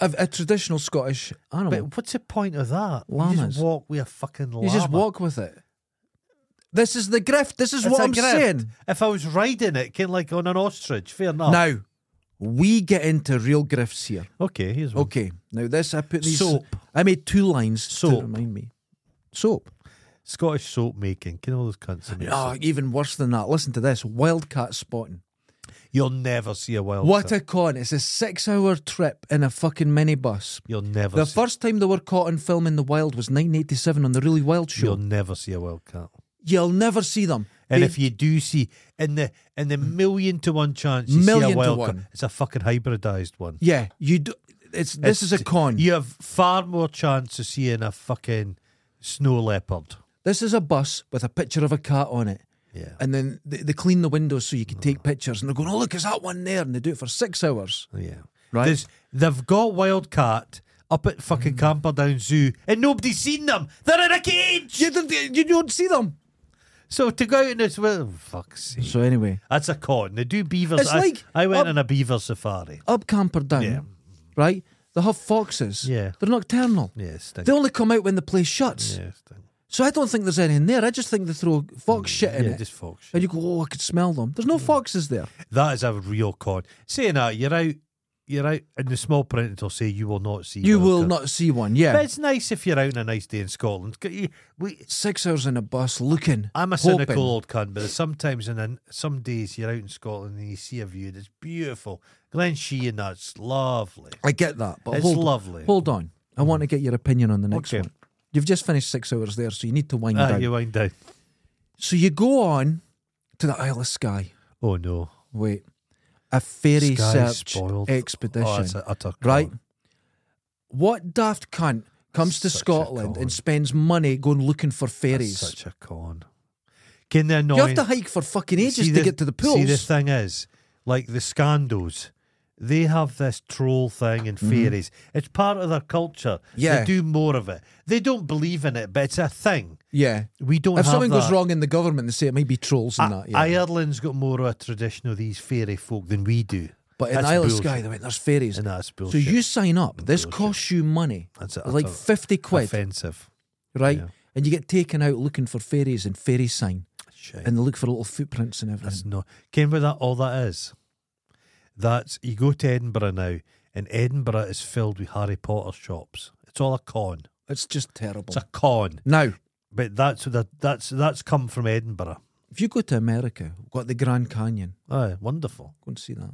S2: a, a traditional Scottish animal.
S1: But what's the point of that? You
S2: Oh. Llamas.
S1: just walk with a fucking llama.
S2: you just walk with it. This is the grift. This is
S1: It's
S2: what
S1: a
S2: I'm
S1: grift.
S2: saying.
S1: If I was riding it, kind of like on an ostrich, fair enough.
S2: Now, we get into real grifts here.
S1: okay, here's one.
S2: Okay. Now, this, I put these.
S1: Hmm. Soap.
S2: I made two lines to
S1: Soap.
S2: remind me. Soap. Ah,
S1: Scottish soap making. Can all those cunts make
S2: Oh, even worse than that. Listen to this wildcat spotting.
S1: You'll never see a wild.
S2: What
S1: turkey.
S2: a con! It's a six-hour trip in a fucking minibus.
S1: You'll never.
S2: The
S1: see,
S2: first time they were caught in filming The Wild was 1987 on the Really Wild show.
S1: You'll
S2: You'll,
S1: never see a wildcat.
S2: never see them.
S1: And
S2: They- Mm.
S1: if you do see in the in the million to one chance you
S2: Million
S1: see
S2: to
S1: a wildcat,
S2: one.
S1: it's a fucking hybridized one.
S2: yeah, you do. It's this is a con.
S1: You have far more chance of seeing a fucking snow leopard.
S2: This is a bus with a picture of a cat on it.
S1: Yeah.
S2: And then they, they clean the windows so you can take pictures. And they're going, oh, look, is that one there? And they do it for six hours.
S1: Oh, Yeah.
S2: Right.
S1: There's, they've got Wildcat up at fucking Camperdown Zoo and nobody's seen them. They're in a cage.
S2: You don't, you don't see them.
S1: So to go out in this, well, oh, fuck's sake.
S2: So, anyway,
S1: That's a con. They do beavers.
S2: It's
S1: I,
S2: like-
S1: I went
S2: um,
S1: on a beaver safari.
S2: up camper down,
S1: Yeah.
S2: right? They have foxes.
S1: Yeah.
S2: They're nocturnal.
S1: Yes,
S2: They only come out when the place shuts.
S1: yes, thank-
S2: So, I don't think there's any in there. I just think they throw fox shit in
S1: yeah,
S2: it.
S1: just Mm. fox shit.
S2: And you go, oh, I could smell them. There's no foxes there.
S1: That is a real con. Saying that, you're out. You're out in the small print. It'll say you will not see.
S2: You will
S1: wildcat."
S2: not see one. Yeah.
S1: Oh, But it's nice if you're out on a nice day in Scotland. 'Cause you- We,
S2: Six hours in a bus looking.
S1: I'm a
S2: hoping.
S1: cynical old cunt, but sometimes in an- some days you're out in Scotland and you see a view that's beautiful. Glen Sheehan, that's lovely.
S2: I get that, but
S1: It's
S2: hold,
S1: lovely.
S2: Hold on, I want to get your opinion on the next
S1: Okay.
S2: one. You've just finished six hours there, so you need to wind
S1: Ah,
S2: down.
S1: you wind down.
S2: So you go on to the Isle of Skye.
S1: Oh no,
S2: Wait, a fairy
S1: Sky
S2: search
S1: spoiled. Oh,
S2: expedition,
S1: it's an utter con.
S2: right? What daft cunt comes to
S1: Such a
S2: Scotland
S1: con.
S2: and spends money going looking for
S1: That's
S2: fairies?
S1: such a con. Can they annoy?
S2: you have to hike for fucking ages
S1: See
S2: to get to the
S1: See, the
S2: pools.
S1: thing is, like the Scandos, they have this troll thing and fairies. It's part of their culture.
S2: Mm-hmm. Yeah.
S1: They do more of it. They don't believe in it, but it's a thing.
S2: yeah.
S1: We don't
S2: If
S1: have
S2: something goes
S1: that.
S2: wrong in the government, they say it might be trolls and
S1: I-
S2: that. Yeah.
S1: Ireland's got more of a tradition of these fairy folk than we do.
S2: but in
S1: That's
S2: Isle of
S1: bullshit.
S2: Skye, they went, there's fairies.
S1: and that's
S2: So
S1: bullshit.
S2: you sign up. This costs you money.
S1: That's a-
S2: It's like
S1: that's a-
S2: fifty quid,
S1: offensive.
S2: right?
S1: yeah.
S2: And you get taken out looking for fairies and fairy sign,
S1: Shit.
S2: and they look for little footprints and everything.
S1: That's not. Ken, with that, all that is. That's you go to Edinburgh now, and Edinburgh is filled with Harry Potter shops. It's all a con.
S2: It's just terrible.
S1: It's a con.
S2: now,
S1: But that's the, that's that's come from Edinburgh.
S2: if you go to America, we've got the Grand Canyon.
S1: Oh, wonderful.
S2: Go and see that.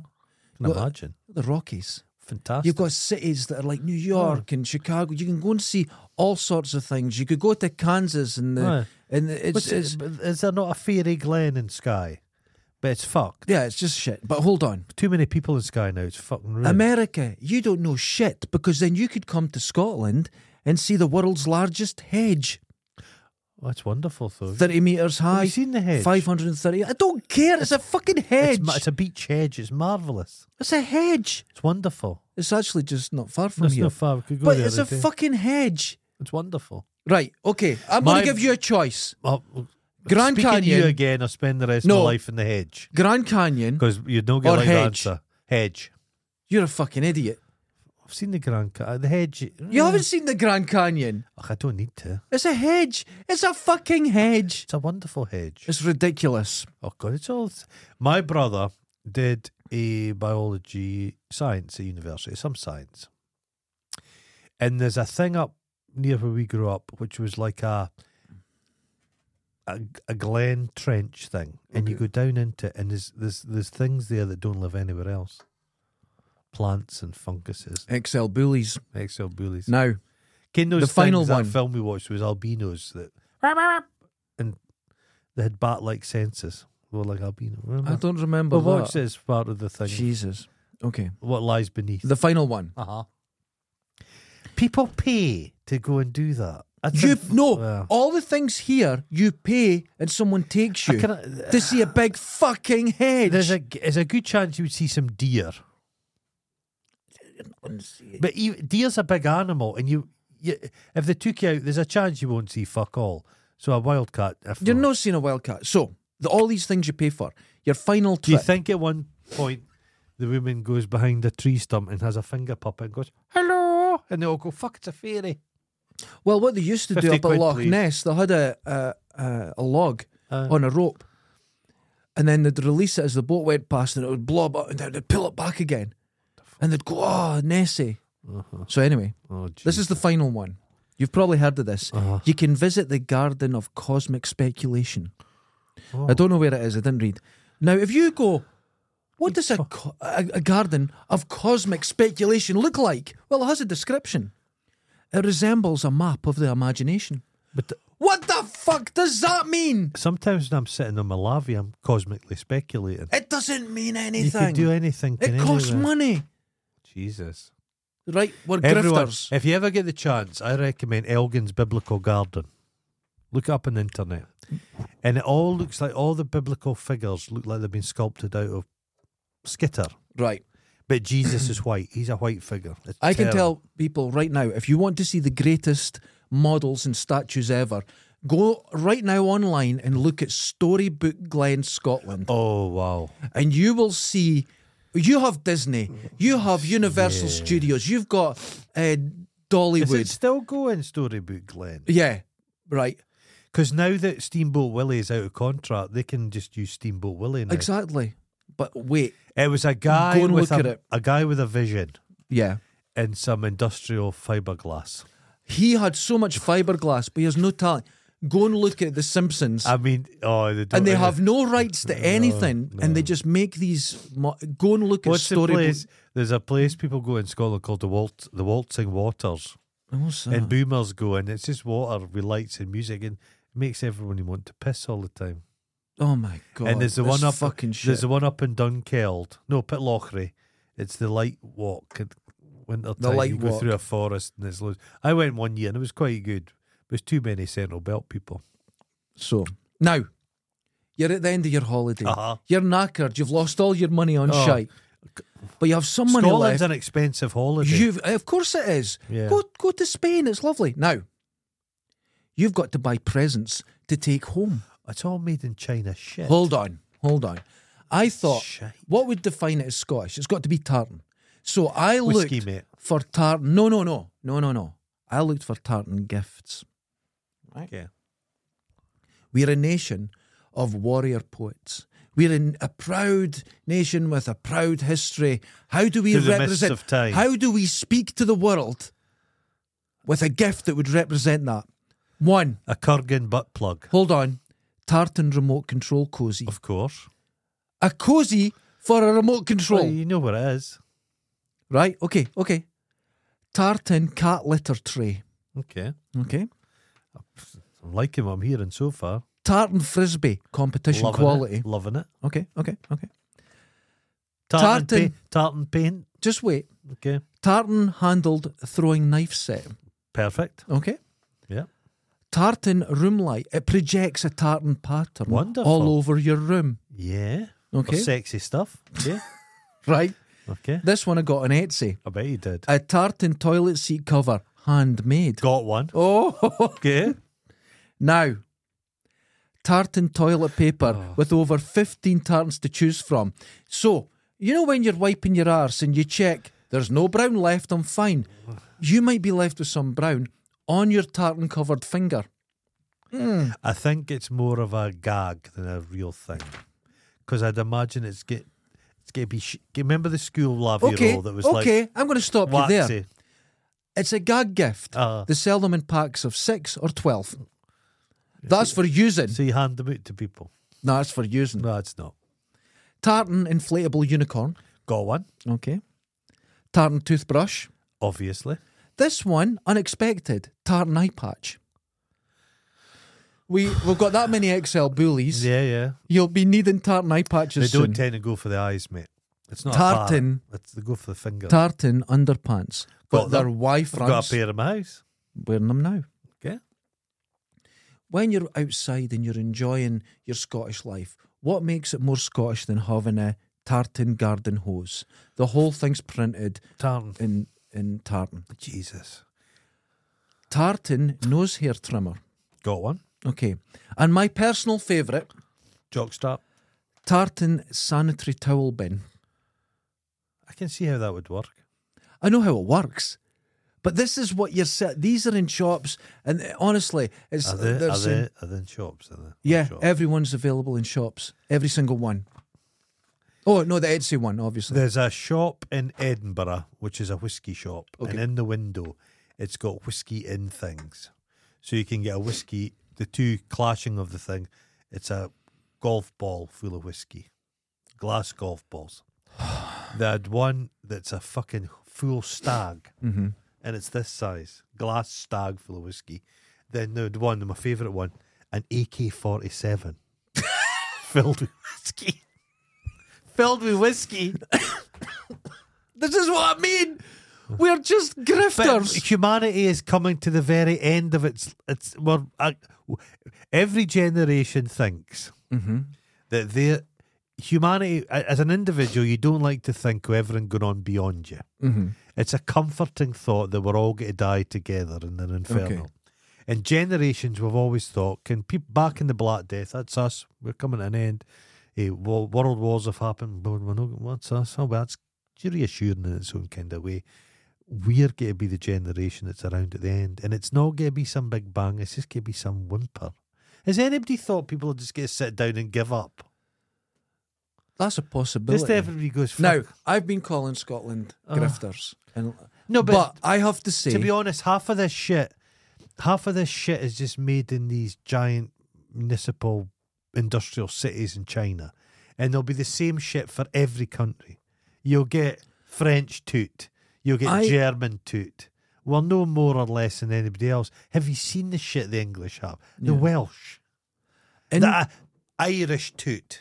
S1: Can
S2: Well,
S1: imagine.
S2: The Rockies.
S1: Fantastic.
S2: You've got cities that are like New York
S1: Oh.
S2: and Chicago. You can go and see all sorts of things. You could go to Kansas and the,
S1: Aye.
S2: and the- it's,
S1: What's it-
S2: it's
S1: but is there not a fairy glen in Sky? But it's fucked.
S2: yeah, it's just shit. But hold on,
S1: Too many people in Sky now. It's fucking ruined.
S2: America, you don't know shit because then you could come to Scotland and see the world's largest hedge,
S1: that's Oh, wonderful though.
S2: 30 metres high.
S1: you seen the hedge?
S2: 530. I don't care. It's a fucking hedge.
S1: It's, ma- it's a beach hedge. It's marvelous.
S2: It's a hedge.
S1: It's wonderful.
S2: It's actually just not far from
S1: That's
S2: here.
S1: not far. We could go
S2: but
S1: there
S2: it's a
S1: today.
S2: fucking hedge.
S1: It's wonderful.
S2: Right, okay. I'm going
S1: My-
S2: to give you a choice.
S1: Well, well,
S2: Oh, Grand
S1: speaking to you
S2: Canyon.
S1: again. I spend the rest of
S2: No.
S1: my life in the hedge
S2: Grand Canyon.
S1: because you'd no get
S2: Or
S1: like the
S2: hedge.
S1: answer. Hedge.
S2: You're a fucking idiot.
S1: I've seen the Grand Ca- the hedge.
S2: You haven't seen the Grand Canyon.
S1: Ugh, I don't need to.
S2: It's a hedge. It's a fucking hedge.
S1: It's a wonderful hedge.
S2: It's ridiculous.
S1: Oh God, it's all. My brother did a biology science at university, some science, and there's a thing up near where we grew up, which was like a a, a glen trench thing, and you go down into it, and there's there's there's things there that don't live anywhere else, plants and funguses,
S2: XL bullies.
S1: exo bullies.
S2: Now,
S1: Ken, those
S2: The final
S1: things,
S2: one.
S1: that film we watched was albinos that and they had bat like senses. They were like albino. Remember?
S2: I don't remember
S1: Well,
S2: what.
S1: watch this part of the thing.
S2: Jesus. Okay.
S1: What lies beneath?
S2: The Uh-huh. final one.
S1: Uh huh. People pay to go and do that. That's
S2: You
S1: inf-
S2: no,
S1: Well,
S2: all the things here you pay and someone takes
S1: I
S2: you
S1: cannot-
S2: to see a big fucking hedge.
S1: there's a there's a good chance you would see some deer, but e deer's a big animal, and you, you if they took you out, there's a chance you won't see fuck all. So a wildcat. If
S2: You're not seeing a wildcat. So the, all these things you pay for. Your final
S1: Do you
S2: trip.
S1: think at one point the woman goes behind a tree stump and has a finger puppet and goes hello, and they all go fuck it's a fairy.
S2: well, what they used to do
S1: 50
S2: up at
S1: quid,
S2: Loch
S1: please.
S2: Ness, they had a a, a, a log
S1: Aye.
S2: on a rope, and then they'd release it as the boat went past, and it would blob up and down. They'd pull it back again, and they'd go, "Oh, Nessie." So anyway,
S1: Oh,
S2: This is the final one. You've probably heard of this.
S1: Uh-huh.
S2: You can visit the Garden of
S1: Oh.
S2: Cosmic Speculation. I don't know where it is. I didn't read. Now, if you go, What does a, co- a, a garden of cosmic speculation look like? Well, it has a description. It resembles a map of the imagination.
S1: But th-
S2: What the fuck does that mean?
S1: sometimes when I'm sitting on my lavvy, I'm cosmically speculating.
S2: It doesn't mean
S1: You
S2: anything.
S1: could do anything.
S2: it
S1: can
S2: costs
S1: anyone-
S2: money.
S1: Jesus.
S2: Right, we're
S1: Everyone,
S2: grifters.
S1: if you ever get the chance, I recommend Elgin's Biblical Garden. Look it up on the internet. And it all looks like all the biblical figures look like they've been sculpted out of skitter.
S2: Right.
S1: But Jesus is white. He's a white figure. It's
S2: I can
S1: terrible.
S2: tell people right now if you want to see the greatest models and statues ever, go right now online and look at Storybook Glen, Scotland,
S1: Oh, wow.
S2: and you will see. You have Disney, you have Universal Studios, you've got uh,
S1: Is
S2: Dollywood.
S1: it still going, Storybook Glen?
S2: Yeah, right.
S1: Because now that Steamboat Willie is out of contract, they can just use Steamboat Willie now.
S2: Exactly. But wait,
S1: It was a guy
S2: Go and
S1: with
S2: look
S1: a,
S2: at it.
S1: a guy with a vision
S2: yeah.
S1: and some industrial fiberglass.
S2: He had so much fiberglass, but he has no talent. Go and look at The Simpsons.
S1: I mean, oh, they don't
S2: and they
S1: really-
S2: have no rights to anything, and they just make these. Mo- go and look
S1: What's the
S2: at story.
S1: place? There's a place people go in Scotland called the Walt, the Waltzing Waters,
S2: What's that?
S1: and boomers go in. It's just water with lights and music, and it makes everyone want to piss all the time.
S2: oh my god!
S1: and there's the
S2: this
S1: one up,
S2: fucking shit.
S1: there's the one up in Dunkeld, no Pitlochry. It's the light walk at winter time.
S2: light
S1: you go
S2: walk.
S1: through a forest, and there's loads. I went one year, and it was quite good. There's too many Central Belt people.
S2: so now, you're at the end of your holiday.
S1: Uh-huh.
S2: You're knackered. You've lost all your money on
S1: Oh.
S2: shite, but you have some money
S1: Scotland's
S2: left.
S1: an expensive holiday.
S2: You've, of course, it is.
S1: Yeah.
S2: Go go to Spain. It's lovely. Now, you've got to buy presents to take home.
S1: it's all made in China. Shit.
S2: Hold on, hold on. I thought,
S1: Shite.
S2: what would define it as Scottish? It's got to be tartan. So I looked
S1: Whiskey, mate.
S2: for tartan. No, no, no, no, no, no. I looked for tartan gifts.
S1: Yeah.
S2: We're a nation of warrior poets. We're in a proud nation with a proud history. How do we
S1: Through the mists
S2: represent?
S1: of time.
S2: How do we speak to the world with a gift that would represent that? One,
S1: A Kurgan butt plug,
S2: hold on, tartan remote control cozy.
S1: of course.
S2: A cozy for a remote
S1: Well,
S2: control.
S1: you know what it is.
S2: Right? Okay, okay. Tartan cat litter tray.
S1: Okay.
S2: Okay.
S1: I'm liking what I'm hearing so far.
S2: Tartan frisbee competition
S1: Loving
S2: quality.
S1: it. Loving it.
S2: Okay, okay, okay.
S1: Tartan,
S2: Tartan.
S1: pa- tartan paint.
S2: Just wait.
S1: Okay.
S2: Tartan handled throwing knife set.
S1: Perfect.
S2: Okay.
S1: Yeah.
S2: Tartan room light. It projects a tartan pattern
S1: Wonderful.
S2: all over your room.
S1: Yeah.
S2: Okay.
S1: Or sexy stuff.
S2: [LAUGHS]
S1: Yeah.
S2: Right.
S1: okay.
S2: This one I got on Etsy.
S1: I bet you did.
S2: A tartan toilet seat cover, handmade.
S1: Got one.
S2: Oh, [LAUGHS]
S1: Okay.
S2: Now, tartan toilet paper
S1: Oh.
S2: with over 15 tartans to choose from. So, you know when you're wiping your arse and you check there's no brown left, I'm fine. You might be left with some brown on your tartan covered finger.
S1: I think it's more of a gag than a real thing. Because I'd imagine it's get it's gonna be. Sh- remember the school lavvy
S2: Okay,
S1: roll that was
S2: okay,
S1: like
S2: I'm going to stop you there.
S1: waxy.
S2: It's a gag gift.
S1: Ah.
S2: they sell them in packs of six or 12. That's for using.
S1: So you hand them out to people.
S2: No, that's for using.
S1: No, it's not.
S2: Tartan inflatable unicorn.
S1: Got one,
S2: Okay. Tartan toothbrush.
S1: obviously.
S2: This one, unexpected, tartan eye patch. We we've got that many XL bullies.
S1: Yeah, yeah.
S2: You'll be needing tartan eye
S1: They
S2: patches
S1: don't
S2: soon.
S1: tend to go for the eyes, mate. It's not
S2: Tartan.
S1: A parrot. it's, they go for the finger.
S2: tartan underpants, but
S1: Got
S2: they're
S1: them.
S2: Y
S1: I've got a
S2: fronts.
S1: pair in my house.
S2: Wearing them now.
S1: Okay.
S2: When you're outside and you're enjoying your Scottish life, what makes it more Scottish than having a tartan garden hose? The whole thing's printed
S1: Tartan.
S2: in in tartan.
S1: Jesus.
S2: Tartan nose hair trimmer.
S1: Got one.
S2: Okay, and my personal favourite.
S1: Jockstrap.
S2: Tartan sanitary towel bin.
S1: I can see how that would work.
S2: I know how it works, but this is what you're set. These are in shops, and uh, honestly, it's
S1: Are they,
S2: they're
S1: are,
S2: saying-
S1: they, are they in shops? Are they?
S2: yeah,
S1: Shop.
S2: everyone's available in shops, every single one. Oh no, the Etsy one, obviously.
S1: There's a shop in Edinburgh, which is a whiskey shop. And
S2: Okay.
S1: in the window, it's got whiskey in things. So you can get a whiskey, the two clashing of the thing. It's a golf ball full of whiskey, glass golf balls. They had one that's a fucking full stag, and it's this size glass stag full of whiskey. Then they had one, my favourite one, an AK 47 [LAUGHS] filled with whiskey. filled with whiskey.
S2: This is what I mean. We're just
S1: But
S2: grifters.
S1: humanity is coming to the very end of its. It's well, I, every generation thinks
S2: Mm-hmm,
S1: that they humanity a- as an individual. You don't like to think of everything going on beyond you.
S2: mm-hmm.
S1: It's a comforting thought that we're all going to die together in an inferno.
S2: Okay.
S1: And generations we've always thought, can people back in the Black Death? That's us. We're coming to an end. Eh, wo- world wars have happened. But we're not, what's us? Oh, well, that's reassuring in its own kind of way we're going to be the generation that's around at the end, and it's not going to be some big bang. It's just going to be some whimper. Has anybody thought people are just going to sit down and give up?
S2: That's a possibility.
S1: Just everybody goes.
S2: now,
S1: "Fuck." Ah.
S2: I've been calling Scotland grifters. And,
S1: no, but,
S2: I have to say,
S1: to be honest, half of this shit, half of this shit is just made in these giant municipal industrial cities in China, and there'll be the same shit for every country. You'll get French toot, you'll get
S2: I-
S1: German toot. Well, no more or less than anybody else. Have you seen the shit the English have? The
S2: Yeah.
S1: Welsh,
S2: in,
S1: the I- Irish toot.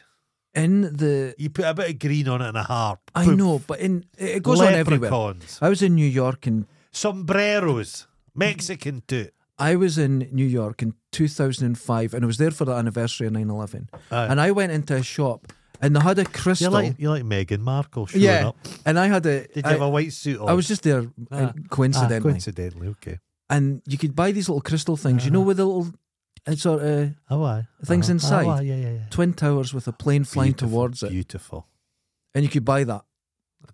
S2: in the
S1: You put a bit of green on it and a harp.
S2: I
S1: Poof.
S2: know, but in it it goes on everywhere.
S1: Leprechauns.
S2: I was in New York and
S1: Sombreros, Mexican toot.
S2: I was in New York in 2005, and I was there for the anniversary of 9/11.
S1: Aye.
S2: And I went into a shop, and they had a
S1: You
S2: crystal.
S1: like you like Meghan Markle showing
S2: yeah,
S1: up.
S2: and I had a.
S1: Did you
S2: I-
S1: have a white suit on?
S2: I was just there uh,
S1: Ah.
S2: coincidentally,
S1: Ah, coincidentally, okay.
S2: and you could buy these little crystal things.
S1: Uh-huh.
S2: You know, with the little uh, sort of
S1: Oh, aye.
S2: Things
S1: Uh-huh.
S2: inside.
S1: Oh, aye, yeah, yeah, yeah.
S2: twin towers with a plane flying
S1: Beautiful,
S2: towards it,
S1: Beautiful.
S2: and you could buy that.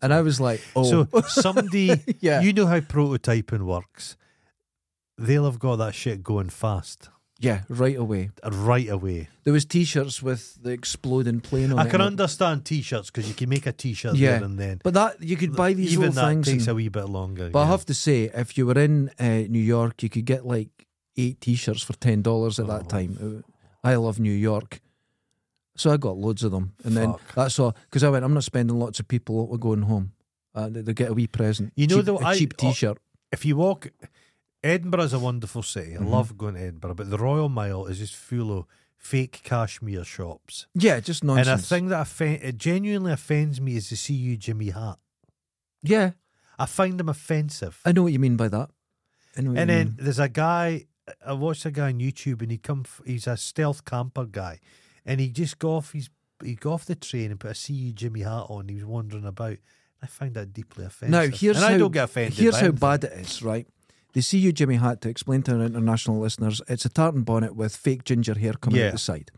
S2: And I was like, oh, [LAUGHS]
S1: So somebody,
S2: Yeah.
S1: you know how prototyping works. They'll have got that shit going fast
S2: yeah, right away.
S1: uh, right away.
S2: There was T-shirts with the exploding plane on
S1: I
S2: it.
S1: can
S2: and-
S1: understand t-shirts because you can make a t-shirt
S2: Yeah.
S1: there and then.
S2: But that you could buy these
S1: Even
S2: little
S1: that
S2: things.
S1: takes
S2: and-
S1: a wee bit longer.
S2: But I
S1: yeah.
S2: have to say, if you were in uh, New York, you could get like eight T-shirts for ten dollars at
S1: Oh.
S2: that time. Uh, I love New York, so I got loads of them, and then
S1: Fuck.
S2: that's all. Because I went, I'm not spending lots of people are going home. Uh, they, they get a wee present.
S1: You know,
S2: Cheap-
S1: though,
S2: a
S1: I-
S2: cheap T-shirt.
S1: if you walk, Edinburgh's a wonderful city.
S2: Mm-hmm.
S1: I love going to Edinburgh, but the Royal Mile is just full of fake cashmere shops.
S2: yeah, just nonsense.
S1: And a thing that offen- it genuinely offends me is to see you, Jimmy Hart.
S2: yeah,
S1: I find him offensive.
S2: I know what you mean by that. I know what
S1: And
S2: you
S1: then
S2: mean.
S1: there's a guy. I watched a guy on YouTube, and he come. f- He's a stealth camper guy, and he just got off his. He got off the train and put a see you Jimmy hat on. He was wandering about. I find that deeply offensive.
S2: now here's
S1: and
S2: how
S1: I don't get offended.
S2: Here's
S1: by
S2: how
S1: anything.
S2: bad it is, right? They see you, Jimmy Hat, to explain to our international listeners. It's a tartan bonnet with fake ginger hair coming
S1: Yeah.
S2: out the side.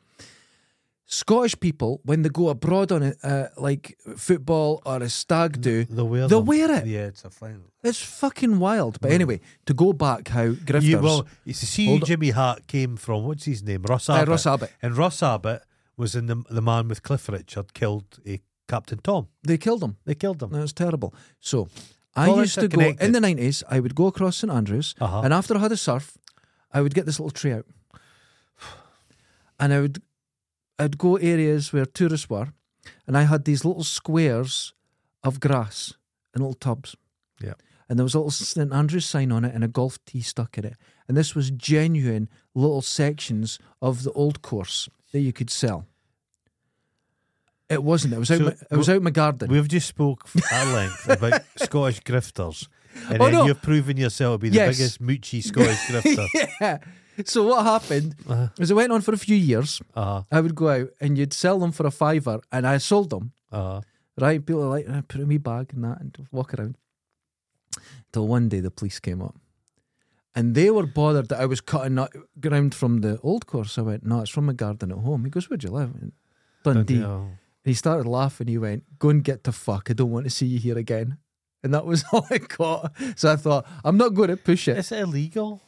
S2: Scottish people, when they go abroad on a, uh, like football or a stag do,
S1: They'll wear,
S2: They'll
S1: them.
S2: wear it.
S1: Yeah, it's a fine.
S2: it's fucking wild. But anyway, to go back, how
S1: Mm.
S2: grifters?
S1: You, well, it's the see you
S2: Hold-
S1: Jimmy Hart came from what's his name, Ross
S2: Aye,
S1: Abbott.
S2: Ross Abbott.
S1: And Ross Abbott was in the the man with Cliff Richard killed eh, Captain Tom.
S2: they killed them.
S1: They killed him.
S2: That's terrible. So I
S1: All
S2: used to go in
S1: interconnected.
S2: the nineties. I would go across St Andrews,
S1: Uh-huh.
S2: and after I had a surf, I would get this little tree out, and I would, I'd go areas where tourists were, and I had these little squares of grass in little tubs.
S1: Yeah.
S2: And there was a little St Andrews sign on it and a golf tee stuck in it. And this was genuine little sections of the old course that you could sell. It wasn't. It was out.
S1: So,
S2: my, it was out my garden.
S1: We've just spoke at length
S2: [LAUGHS]
S1: about Scottish grifters, and
S2: Oh,
S1: then
S2: no.
S1: you've proven yourself to be the
S2: Yes.
S1: biggest moochy Scottish
S2: [LAUGHS]
S1: grifter.
S2: yeah. So what happened is it went on for a few years.
S1: Uh-huh,
S2: I would go out and you'd sell them for a fiver, and I sold them.
S1: uh-huh.
S2: Right, people are like, "Ah, put it in me bag and that, and walk around. Till one day the police came up, and they were bothered that I was cutting up ground from the old course. I went, no, it's from my garden at home. He goes, where'd you live? I went, Dundee.
S1: You know,
S2: And he started laughing. He went, Go and get to fuck. I don't want to see you here again. And that was [LAUGHS] all I got. So I thought, I'm not going to push it.
S1: Is it illegal?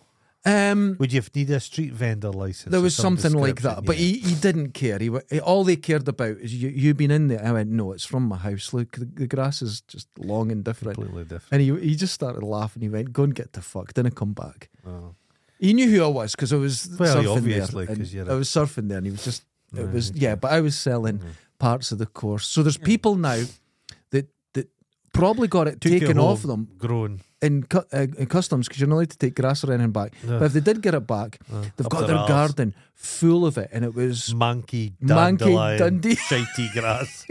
S2: Um,
S1: Would you have needed a street vendor license?
S2: there
S1: of
S2: was
S1: some
S2: something like that,
S1: description?
S2: but
S1: Yeah.
S2: he, he didn't care. He, wa- he all they cared about is you you been in there. I went, no, it's from my house. Look, the, the grass is just long and different.
S1: completely different.
S2: And he he just started laughing. He went, go and get the fuck. Didn't come back.
S1: Oh.
S2: He knew who I was because I was
S1: Well,
S2: surfing
S1: obviously,
S2: there.
S1: 'cause
S2: and
S1: you're a- Mm-hmm.
S2: I was surfing there, and he was just it was yeah. But I was selling parts of the course. So there's people now that that probably got it
S1: Took it
S2: taken off
S1: home,
S2: them
S1: Grown.
S2: in, cu- uh, in customs because you're not allowed to take grass or anything back. But if they did get it back, they've
S1: Up
S2: got
S1: their
S2: their
S1: arse.
S2: garden full of it, and it was
S1: Manky
S2: Manky
S1: dandelion.
S2: Dundee.
S1: [LAUGHS] Shitey grass.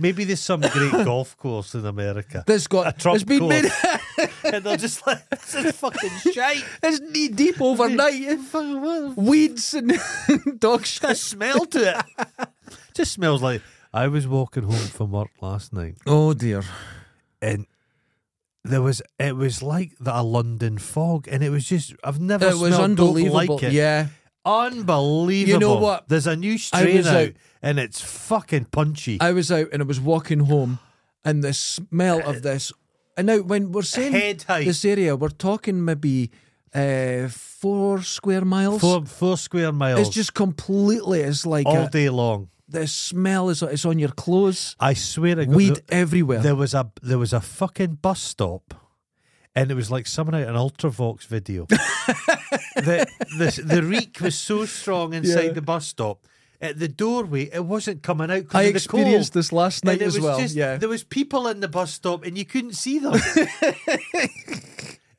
S1: Maybe there's some great
S2: [LAUGHS]
S1: golf course in America.
S2: this
S1: a
S2: got
S1: Trump
S2: it's been
S1: course.
S2: made [LAUGHS]
S1: and they're just like, this is fucking shite.
S2: [LAUGHS] it's knee deep overnight.
S1: Fucking what?
S2: Weeds and [LAUGHS] dog
S1: a
S2: shit.
S1: smell to it. [LAUGHS] Just smells like I was walking home from work last night
S2: Oh dear.
S1: and there was it was like the, a London fog and it was just I've never
S2: It was
S1: smelled dope
S2: unbelievable.
S1: like it.
S2: Yeah.
S1: Unbelievable.
S2: You know what?
S1: There's a new
S2: I
S1: strain
S2: was
S1: out,
S2: out-
S1: and it's fucking punchy.
S2: I was out and I was walking home, and the smell of this. And now, when we're saying
S1: Uh, Head height.
S2: this area, we're talking maybe uh, four square miles.
S1: four four square miles
S2: It's just completely. It's like
S1: all
S2: a-
S1: day long.
S2: the smell is it's on your clothes.
S1: I swear to God,
S2: Weed
S1: th-
S2: everywhere.
S1: there was a there was a fucking bus stop, and it was like someone out an Ultravox
S2: [LAUGHS]
S1: video. the, the the reek was so strong inside
S2: Yeah.
S1: the bus stop. At the doorway, it wasn't coming out. 'cause
S2: I
S1: of the cold.
S2: experienced this last
S1: And
S2: night
S1: it
S2: as
S1: was
S2: well.
S1: just-
S2: yeah.
S1: there was people in the bus stop, and you couldn't see
S2: [LAUGHS]
S1: them.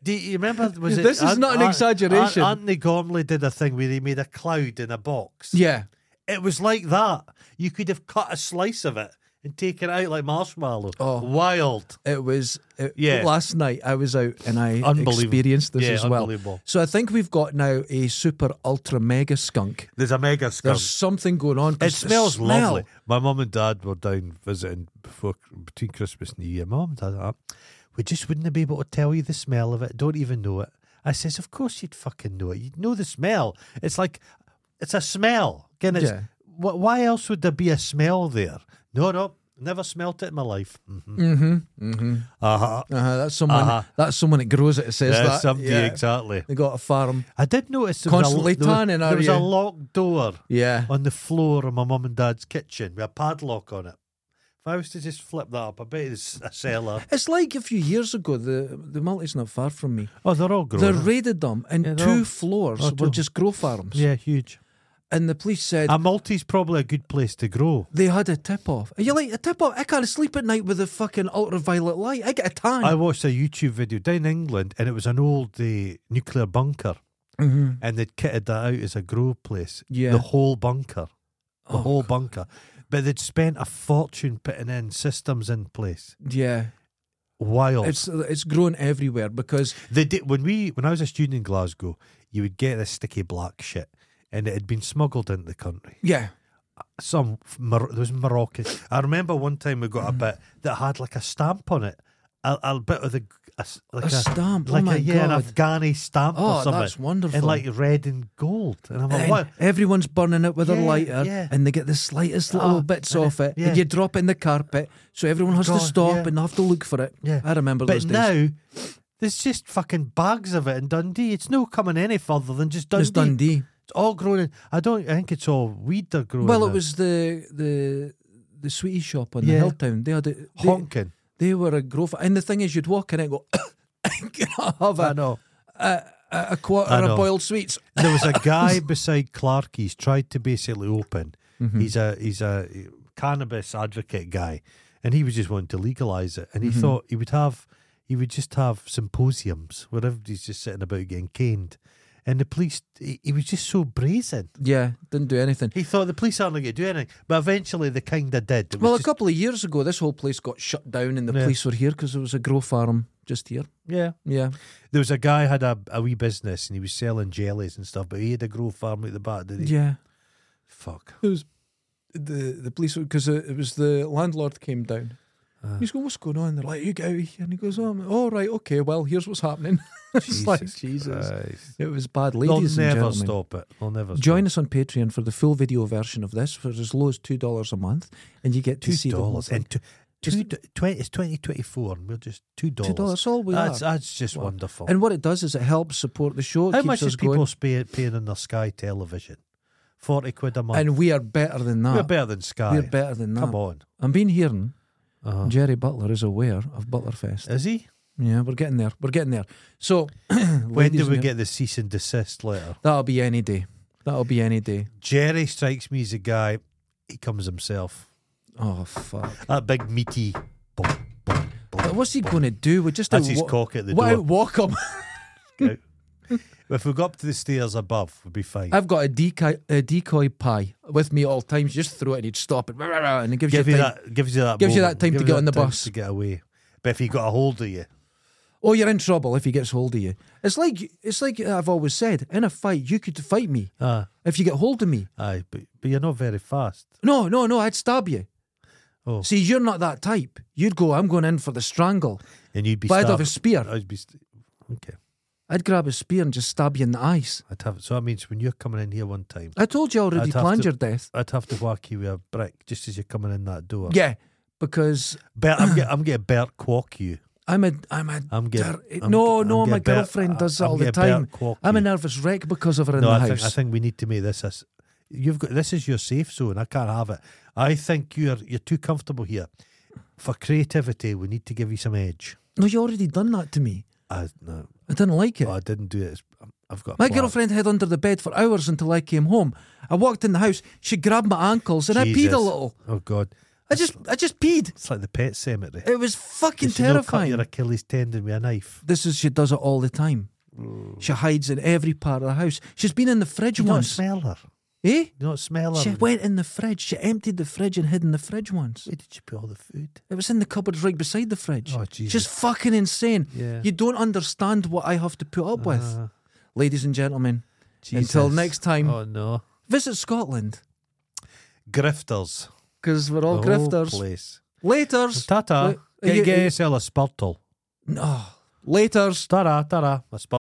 S1: Do you remember? Was it
S2: This is not an exaggeration.
S1: Aunt, Anthony Gormley did a thing where he made a cloud in a box.
S2: yeah.
S1: It was like that. You could have cut a slice of it and taken it out like marshmallow.
S2: Oh.
S1: Wild.
S2: It was it,
S1: Yeah.
S2: last night. I was out and I
S1: Unbelievable.
S2: experienced this
S1: Yeah,
S2: as well.
S1: unbelievable.
S2: So I think we've got now a super ultra mega skunk.
S1: There's a mega skunk.
S2: There's something going on.
S1: Um, it
S2: 'cause the
S1: smells
S2: smell.
S1: lovely. My mum and dad were down visiting before between Christmas and New Year. My mum and dad, uh, we just wouldn't be able to tell you the smell of it. Don't even know it. I says, of course you'd fucking know it. You'd know the smell. It's like it's a smell. Again, it's,
S2: Yeah.
S1: wh- why else would there be a smell there? No, no, never smelt it in my life. Mm-hmm. Mm-hmm. Uh huh.
S2: Uh-huh, that's someone.
S1: Uh-huh.
S2: That's someone that grows it. It says
S1: Yeah,
S2: that.
S1: somebody
S2: yeah.
S1: exactly.
S2: They got a farm.
S1: I did notice there
S2: Constantly
S1: was a, there was-
S2: tanning,
S1: there
S2: are
S1: was
S2: you?
S1: a locked door
S2: Yeah.
S1: on the floor of my mum and dad's kitchen with a padlock on it. If I was to just flip that up, I bet it's a cellar.
S2: It's like a few years ago. The the multi's not far from me.
S1: Oh, they're all
S2: They
S1: grown.
S2: raided them, and
S1: Yeah, they're
S2: two
S1: all-
S2: floors
S1: oh,
S2: were
S1: two.
S2: just grow farms.
S1: yeah, huge.
S2: And the police said
S1: A Maltese probably a good place to grow.
S2: they had a tip off. Are you like a tip off? I can't sleep at night with the fucking ultraviolet light. I get a tan.
S1: I watched a YouTube video down in England, and it was an old uh, nuclear bunker,
S2: mm-hmm.
S1: and they'd kitted that out as a grow place.
S2: Yeah.
S1: the whole bunker, the
S2: Oh,
S1: whole bunker. But they'd spent a fortune putting in systems in place.
S2: Yeah,
S1: Wild.
S2: it's it's grown everywhere because
S1: They did when we when I was a student in Glasgow, you would get this sticky black shit, and it had been smuggled into the country.
S2: yeah,
S1: Some f- Mor- there was Moroccan. I remember one time we got a bit that had like a stamp on it, a, a bit of the g- a s- like
S2: a,
S1: a,
S2: stamp.
S1: like
S2: oh my
S1: a yeah
S2: god!
S1: an Afghani stamp
S2: Oh,
S1: or something.
S2: that's wonderful.
S1: And like red and gold, and I'm like,
S2: And
S1: what?
S2: everyone's burning it with their
S1: Yeah,
S2: lighter,
S1: yeah.
S2: and they get the slightest little
S1: Oh,
S2: bits
S1: and it-
S2: off it,
S1: yeah.
S2: and you drop it in the carpet, so everyone has
S1: God,
S2: to stop
S1: yeah.
S2: and have to look for it.
S1: Yeah.
S2: I remember
S1: But
S2: those days.
S1: now there's just fucking bags of it in Dundee. It's no coming any further than just Dundee.
S2: it's Dundee.
S1: It's all grown. In, I don't I think it's all weed they're growing.
S2: Well, it
S1: now.
S2: was the the the sweetie shop on
S1: Yeah.
S2: the hill town. They had a, they,
S1: honking.
S2: they were a grove, and the thing is, you'd walk in and go, [COUGHS] "Can I have
S1: I
S2: a,
S1: know.
S2: a, a quarter
S1: I know.
S2: of boiled sweets?"
S1: there
S2: [LAUGHS]
S1: was a guy beside Clark. He's tried to basically open.
S2: Mm-hmm.
S1: He's a he's a cannabis advocate guy, and he was just wanting to legalize it. And he
S2: Mm-hmm.
S1: thought he would have he would just have symposiums where everybody's just sitting about getting caned. And the police, he, he was just so brazen.
S2: Yeah, didn't do anything.
S1: He thought the police aren't going to do anything, but eventually they kind of did. It was
S2: Well, a
S1: just-
S2: couple of years ago, this whole place got shut down, and the
S1: Yeah.
S2: police were here because there was a grow farm just here.
S1: yeah.
S2: Yeah,
S1: There was a guy had a, a wee business and he was selling jellies and stuff, but he had a grow farm at the back. Did he?
S2: yeah.
S1: Fuck.
S2: It was the the police because it was the landlord came down. He's going, "What's going on?" They're like, "You get out of here," and he goes, "Oh, I'm- all right, okay. Well, here's what's happening." [LAUGHS] it's like Jesus.
S1: Christ.
S2: It was bad,
S1: They'll
S2: ladies and
S1: never
S2: gentlemen.
S1: stop it. They'll never stop
S2: Join us on Patreon for the full video version of this for as low as two dollars a month, and you get to see
S1: two
S2: the whole
S1: dollars
S2: thing.
S1: and two, two, d- twenty. It's twenty twenty four, and we're just two dollars.
S2: Two dollars, all we
S1: That's
S2: are.
S1: that's just wonderful.
S2: And what it does is it helps support the show. it
S1: How
S2: keeps
S1: much
S2: us
S1: is people
S2: going,
S1: spa- paying on their Sky television? Forty quid a month.
S2: and we are better than that.
S1: We're better than Sky.
S2: We're better than that.
S1: Come on,
S2: I'm being hearing
S1: Uh-huh.
S2: Jerry Butler is aware of Butlerfest.
S1: is he?
S2: Yeah, we're getting there. We're getting there. So [CLEARS THROAT]
S1: When
S2: ladies
S1: do
S2: and
S1: we
S2: gen-
S1: get the cease and desist letter?
S2: That'll be any day. That'll be any day.
S1: Jerry strikes me as a guy. He comes himself.
S2: Oh fuck!
S1: That big meaty. Boom, boom,
S2: What's he going to do? We're just
S1: Oh, That's
S2: out
S1: his
S2: wa-
S1: cock at the
S2: we're
S1: door.
S2: out walk him.
S1: Out. if we go up to the stairs above, we'd be fine.
S2: I've got a decoy, a decoy pie with me at all times. You just throw it and he'd stop and, and it gives
S1: Give
S2: you
S1: you
S2: time.
S1: that. Gives you that.
S2: gives you
S1: moment,
S2: that time to
S1: give
S2: get
S1: that
S2: on the
S1: time
S2: bus.
S1: to get away. But if he got a hold of you,
S2: Oh, you're in trouble if he gets hold of you. It's like it's like I've always said. In a fight, you could fight me
S1: ah,
S2: if you get hold of me.
S1: aye, but, but you're not very fast.
S2: No, no, no. I'd stab you.
S1: Oh.
S2: See, you're not that type. You'd go. I'm going in for the strangle.
S1: And you'd be
S2: But I'd
S1: stabbed.
S2: have a spear.
S1: I'd be st- okay.
S2: I'd grab a spear and just stab you in the eyes.
S1: I'd have so that means when you're coming in here one time,
S2: I told you I already
S1: I'd have
S2: planned
S1: to-
S2: your death.
S1: I'd have to whack you with a brick just as you're coming in that door.
S2: Yeah, because
S1: Bert, I'm get, I'm getting Bert qualk you.
S2: I'm a I'm a
S1: I'm getting
S2: dirty- no no my girlfriend does it all the time. I'm a
S1: in
S2: nervous wreck because of her in
S1: no.
S2: the
S1: I
S2: house.
S1: think, I think we need to make this. this you've got this is your safe zone. I can't have it. I think you're you're too comfortable here. For creativity, we need to give you some edge.
S2: no, you already done that to me.
S1: I no,
S2: I didn't like it.
S1: I didn't do it. It's- um, I've got a
S2: My
S1: plan.
S2: girlfriend hid under the bed for hours until I came home. I walked in the house. She grabbed my ankles and I peed
S1: Jesus.
S2: a little.
S1: Oh God,
S2: I just, I just peed.
S1: it's like the pet cemetery.
S2: It was fucking
S1: You should not Cut
S2: terrifying.
S1: your Achilles tendon with a knife.
S2: This is she does it all the time. She hides in every part of the house. She's been in the fridge
S1: Do you not
S2: once.
S1: smell her?
S2: Eh?
S1: Do you not smell her?
S2: She went in the fridge. She emptied the fridge and hid in the fridge once.
S1: Where did you put all the food?
S2: It was in the cupboard right beside the fridge.
S1: Oh,
S2: She's
S1: Jesus.
S2: fucking insane.
S1: Yeah.
S2: You don't understand what I have to put up with.
S1: Ah,
S2: Ladies and gentlemen, until
S1: Jesus.
S2: next time,
S1: Oh no,
S2: visit Scotland
S1: grifters.
S2: because we're all
S1: the whole
S2: grifters.
S1: place. Oh,
S2: Laters.
S1: Ta ta.
S2: Oh, Wait,
S1: Get,
S2: you-
S1: get
S2: you-
S1: yourself a spurtle.
S2: No. Laters.
S1: Ta ra ta ra. A spurtle.